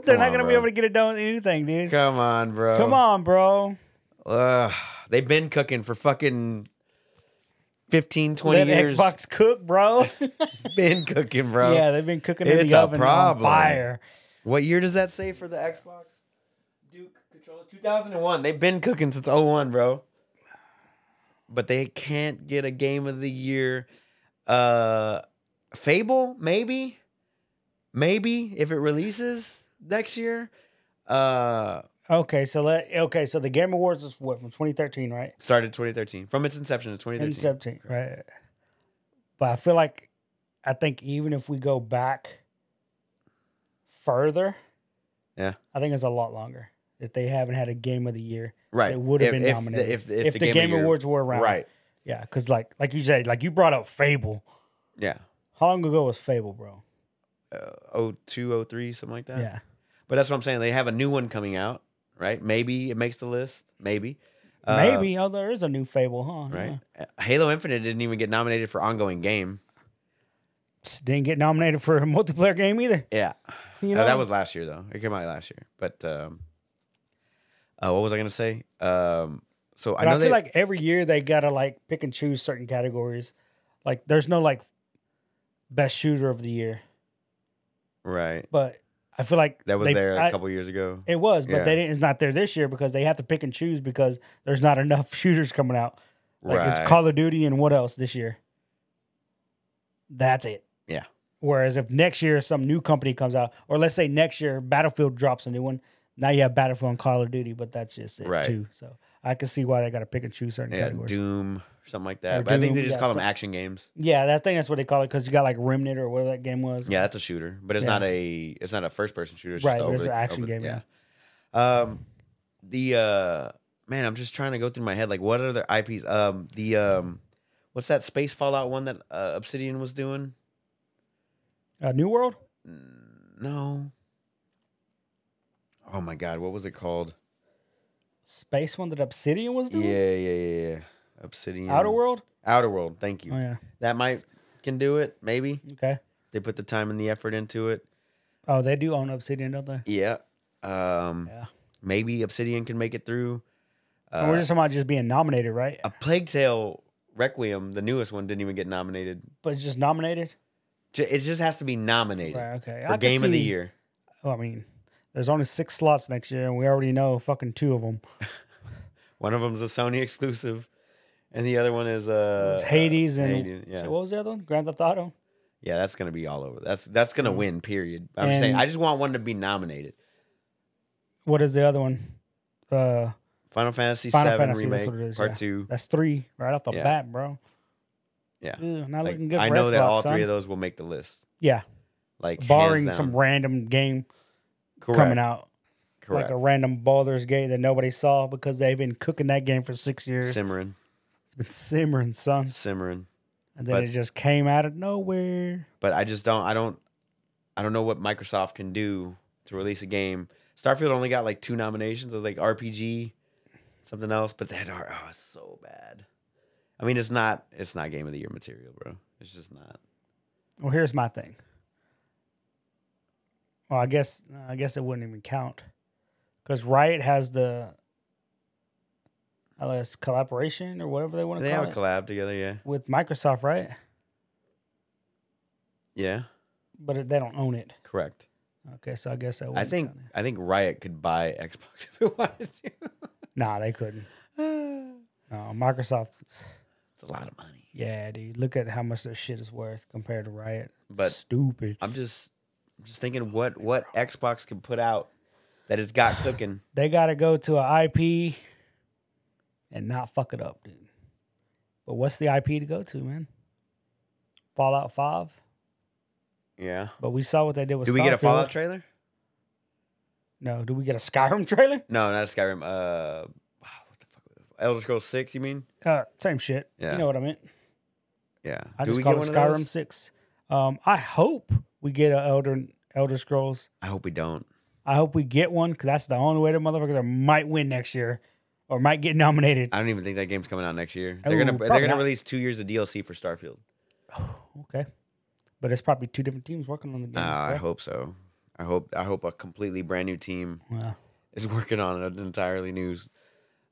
B: they're
A: Come
B: not
A: on,
B: gonna be
A: bro.
B: able to get it done with anything, dude.
A: Come on, bro.
B: Come on, bro.
A: Ugh, they've been cooking for fucking 15, 20
B: Let
A: years.
B: Xbox cook, bro.
A: [laughs] Been cooking, bro.
B: yeah, they've been cooking in
A: It's
B: the
A: a
B: oven on
A: problem.
B: fire.
A: What year does that say for the Xbox? Duke controller 2001. They've been cooking since 01, bro. But they can't get a game of the year. Uh Fable, maybe? Maybe if it releases next year. Uh
B: Okay, so let okay, so the Game Awards was what from 2013, right?
A: started 2013. From its inception to 2013.
B: In 17, right? But I feel like I think even if we go back further,
A: Yeah.
B: I think it's a lot longer. If they haven't had a game of the year,
A: right.
B: it would have
A: If-
B: been
A: if the-
B: nominated
A: if, if
B: the, Game,
A: of the Year-
B: Awards were around.
A: Right.
B: Yeah, because like like you said, like you brought up Fable.
A: Yeah.
B: How long ago was Fable, bro?
A: Uh, 02, 03, something like that.
B: Yeah.
A: But that's what I'm saying. They have a new one coming out, right? Maybe it makes the list. Maybe. Uh,
B: Maybe. Mm-hmm. Oh, there is a new Fable, huh?
A: Right. Uh, Halo Infinite didn't even get nominated for ongoing game.
B: Yeah. Didn't get nominated for a multiplayer game either.
A: Yeah.
B: You
A: Uh,
B: know?
A: that was last year, though. It came out last year. But um, uh, what was I going to say? Um, so I
B: But
A: know
B: I, feel
A: they.
B: like every year they gotta like pick and choose certain categories. Like there's no like best shooter of the year,
A: right.
B: but I feel like
A: That was
B: they-
A: there a
B: I-
A: couple years ago.
B: It was, but
A: Yeah.
B: they didn't. It's not there this year because they have to pick and choose because there's not enough [laughs] shooters coming out. Like
A: right.
B: it's Call of Duty and what else this year? That's it.
A: Yeah.
B: Whereas if next year some new company comes out, or let's say next year Battlefield drops a new one, now you have Battlefield and Call of Duty, but that's just it
A: Right.
B: too. So I can see why they got to pick and choose certain
A: yeah,
B: categories.
A: Doom, something like that.
B: Or
A: but I think they
B: Doom,
A: just
B: yeah,
A: call them
B: some-
A: action games.
B: Yeah, that thing that's what they call it because you got like Remnant or whatever that game was.
A: Yeah, that's a shooter, but it's
B: Yeah.
A: not a it's not a first person shooter. It's
B: Right,
A: just
B: but
A: over
B: it's
A: the-
B: an action
A: over the-
B: game, yeah.
A: Yeah. Um, the uh, man, I'm just trying to go through my head like what other IPs? Um, the um, what's that space Fallout one that uh, Obsidian was doing?
B: Uh, New World.
A: Mm, No. Oh my god, what was it called?
B: Space one that Obsidian was
A: Yeah,
B: doing.
A: yeah, yeah, yeah. Obsidian.
B: Outer World.
A: Outer World. Thank you.
B: Oh yeah.
A: That might can do it. Maybe
B: Okay.
A: they put the time and the effort into it.
B: Oh, they do own Obsidian, don't they?
A: Yeah. Um,
B: Yeah.
A: maybe Obsidian can make it through. Uh,
B: And we're just talking about just being nominated, right?
A: A Plague Tale Requiem, the newest one, didn't even get nominated.
B: But it's just nominated.
A: Ju- It just has to be nominated
B: Right. Okay.
A: for
B: I can
A: Game of the
B: see-
A: Year.
B: Well, I mean, there's only six slots next year, and we already know fucking two of them.
A: One of them's a Sony exclusive, and the other one is uh,
B: It's Hades and
A: Hades, yeah,
B: shit, what was the other one? Grand Theft Auto.
A: yeah. That's gonna be all over. That's that's gonna win. Period. I'm just saying.
B: Mm-hmm. And-
A: I just want one to be nominated.
B: What is the other one? Uh,
A: Final Fantasy
B: Final
A: VII
B: Fantasy, that's
A: remake
B: what it is,
A: part
B: yeah.
A: two.
B: that's three right off the
A: Yeah.
B: bat, bro.
A: Yeah,
B: Ew, not
A: Like,
B: looking good. For
A: I know that
B: Xbox,
A: all
B: son.
A: three of those will make the list.
B: Yeah,
A: Like
B: barring
A: hands
B: some
A: down.
B: random game
A: correct,
B: coming out,
A: correct.
B: like a random Baldur's Gate that nobody saw because they've been cooking that game for six years.
A: simmering,
B: it's been simmering, son,
A: simmering.
B: and then
A: But-
B: it just came out of nowhere.
A: but I just don't. I don't. I don't know what Microsoft can do to release a game. Starfield only got like two nominations. It was like RPG, something else, but that are oh, it's so bad. I mean, it's not. It's not game of the year material, bro. It's just not.
B: Well, here's my thing. Well, I guess I guess it wouldn't even count because Riot has the unless collaboration or whatever they want
A: They
B: to
A: have
B: call
A: a
B: it
A: collab together, yeah,
B: with Microsoft, right?
A: yeah,
B: But it- they don't own it.
A: correct.
B: Okay, so I guess that.
A: I
B: wouldn't
A: think
B: count.
A: I think Riot could buy Xbox [laughs] if it wanted to. [laughs]
B: nah, they couldn't. No, Microsoft.
A: It's a lot of money.
B: Yeah, dude. Look at how much this shit is worth compared to Riot.
A: But-
B: stupid.
A: I'm just, I'm just thinking what what Xbox can put out that it's got
B: [sighs]
A: cooking.
B: They got to go to a IP and not fuck it up, dude. But what's the IP to go to, man? Fallout Five.
A: Yeah.
B: But we saw what they did with.
A: Do we get a
B: Starfield.
A: Fallout trailer?
B: No. Do we get a Skyrim trailer?
A: No, not Skyrim. Uh, wow, what the fuck? was it? Elder Scrolls Six? You mean?
B: Uh, same shit.
A: Yeah.
B: You know what I meant.
A: Yeah.
B: I
A: Do
B: just
A: we
B: call
A: get
B: it
A: one of those?
B: Skyrim Six. Um, I hope we get a Elder Elder Scrolls.
A: I hope we don't.
B: I hope we get one because that's the only way the motherfuckers are- might win next year, or might get nominated.
A: I don't even think that game's coming out next year. They're
B: Ooh,
A: gonna they're
B: Oh, probably
A: gonna
B: not.
A: release two years of DLC for Starfield.
B: Oh, Okay. But it's probably two different teams working on the game.
A: Uh, I
B: bro.
A: hope so. I hope I hope a completely brand new team [laughs]
B: Wow.
A: is working on an entirely new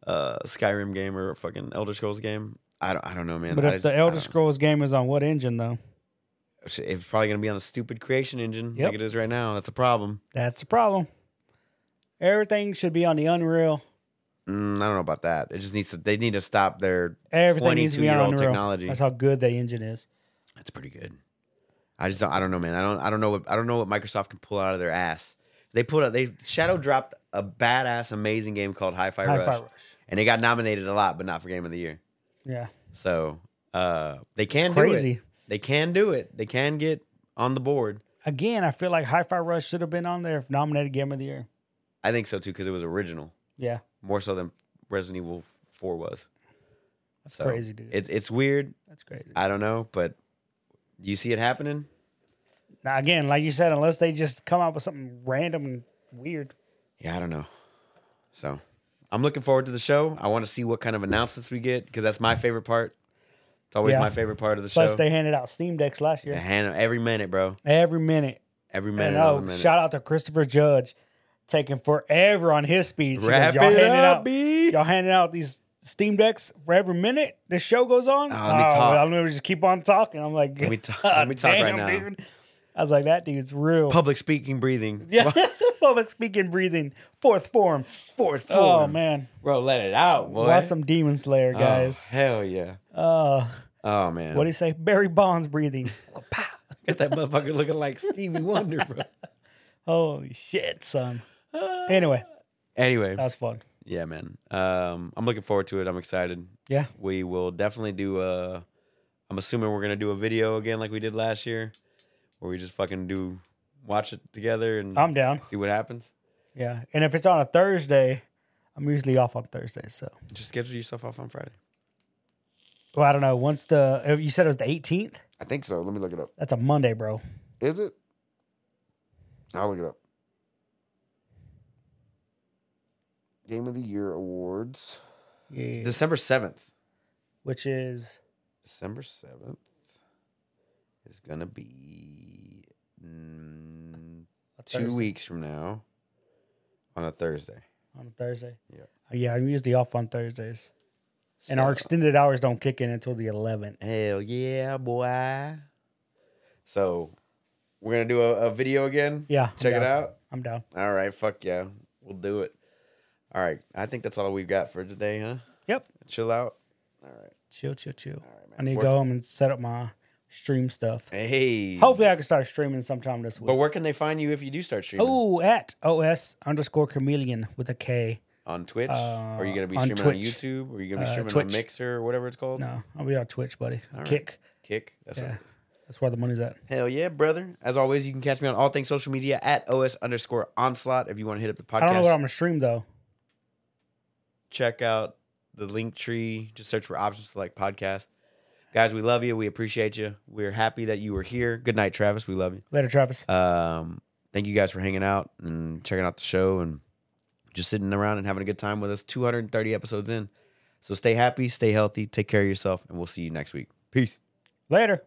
A: uh, Skyrim game or a fucking Elder Scrolls game. I don't, I don't know, man.
B: but
A: I
B: if
A: just- uh,
B: the
A: I
B: Elder
A: don't-
B: Scrolls game is on what engine though?
A: it's probably gonna be on a stupid creation engine
B: Yep.
A: like it is right now. That's a problem.
B: That's the problem. Everything should be on the Unreal.
A: Mm, I don't know about that. It just needs to. They need to stop their
B: Everything needs to be on
A: 22-year-old
B: Unreal.
A: technology.
B: That's how good that engine is.
A: That's pretty good. I just don't, I don't know, man. I don't I don't know what I don't know what Microsoft can pull out of their ass. They put out they shadow dropped a badass amazing game called Hi-Fi,
B: Hi-Fi
A: Rush, and it got nominated a lot, but not for Game of the Year.
B: Yeah,
A: So uh, they can
B: it's
A: do it.
B: crazy.
A: They can do it. They can get on the board.
B: Again, I feel like Hi-Fi Rush should have been on there if nominated Game of the Year.
A: I think so too because it was original
B: Yeah,
A: more so than Resident Evil Four was.
B: that's
A: So,
B: crazy, dude.
A: It's it's weird.
B: that's crazy.
A: I don't know, but do you see it happening?
B: now, again, like you said, unless they just come out with something random and weird.
A: Yeah, I don't know. So I'm looking forward to the show. I want to see what kind of announcements we get because that's my favorite part. It's always
B: Yeah.
A: my favorite part of the
B: Plus,
A: show.
B: they handed out Steam Decks last year.
A: I hand 'em every minute, bro.
B: Every minute.
A: Every
B: And
A: minute.
B: oh,
A: another minute.
B: shout out to Christopher Judge taking forever on his speech. because
A: Wrap
B: y'all
A: it
B: handing
A: up,
B: out-
A: B.
B: y'all handing out these Steam decks for every minute the show goes on.
A: Oh, let me talk.
B: well, I'm gonna just keep on talking. I'm like, [laughs]
A: Let me talk- let me talk right
B: "Damn,
A: now."
B: dude." I was like, that dude's real.
A: Public speaking, breathing.
B: [laughs] yeah, [laughs] public speaking, breathing, fourth form.
A: Fourth floor.
B: Oh man,
A: Bro, let it out, boy.
B: watch some Demon Slayer
A: Oh,
B: guys.
A: hell yeah.
B: Uh,
A: Oh, man.
B: what do you say? Barry Bonds breathing. [laughs]
A: Got that motherfucker looking like Stevie Wonder,
B: [laughs]
A: bro.
B: Holy
A: [sighs]
B: shit, son. Anyway,
A: Anyway,
B: that was fun.
A: yeah, man. Um, I'm looking forward to it. I'm excited.
B: Yeah,
A: we will definitely do a i'm assuming we're gonna do a video again like we did last year where we just fucking do watch it together and
B: I'm down.
A: see what happens
B: Yeah, and if it's on a Thursday, I'm usually off on Thursday. So,
A: just schedule yourself off on friday
B: well, I don't know. Once the you said it was the 18th.
A: i think so let me look it up
B: That's a Monday, bro.
A: is it i'll look it up
C: Game of the Year awards.
B: Yeah.
A: december 7th
B: Which is
A: december 7th is gonna be mm,
B: a
A: two
B: Thursday-
A: weeks from now on a thursday
B: on a Thursday. Uh,
A: Yeah.
B: Yeah, I'm usually off on Thursdays. And our
A: So-
B: extended hours don't kick in until the 11th.
A: Hell yeah, boy. So we're gonna do a, a video again.
B: Yeah. I'm
A: Check
B: down.
A: it out.
B: I'm down.
A: All right, fuck yeah. We'll do it. All right. I think that's all we've got for today, huh?
B: Yep.
A: Chill out. All right.
B: Chill, chill, chill.
A: All right, man.
B: I need to
A: Where-
B: go home and set up my stream stuff.
A: Hey.
B: Hopefully, I can start streaming sometime this
A: But
B: week.
A: where can they find you if you do start streaming?
B: Oh, at OS underscore chameleon with a K.
A: On Twitch?
B: Uh,
A: or are you gonna be
B: on
A: streaming on
B: Twitch.
A: YouTube? Or are you gonna be
B: Uh,
A: streaming on
B: Twitch.
A: Mixer or whatever it's called?
B: No, I'll be on Twitch, buddy.
A: right.
B: Kick.
A: Kick. That's what
B: Yeah.
A: it is.
B: That's where the money's at.
A: Hell yeah, brother. As always, you can catch me on all things social media at OS underscore onslaught. If you want to hit up the podcast,
B: I don't know what I'm going to stream, though.
A: check out the link tree. Just search for options select podcast. Guys, we love you. We appreciate you. We're happy that you were here. Good night, Travis. We love you.
B: Later, Travis.
A: Um, thank you guys for hanging out and checking out the show and just sitting around and having a good time with us. 230 episodes in. So stay happy, stay healthy, take care of yourself, and we'll see you next week. Peace.
B: Later.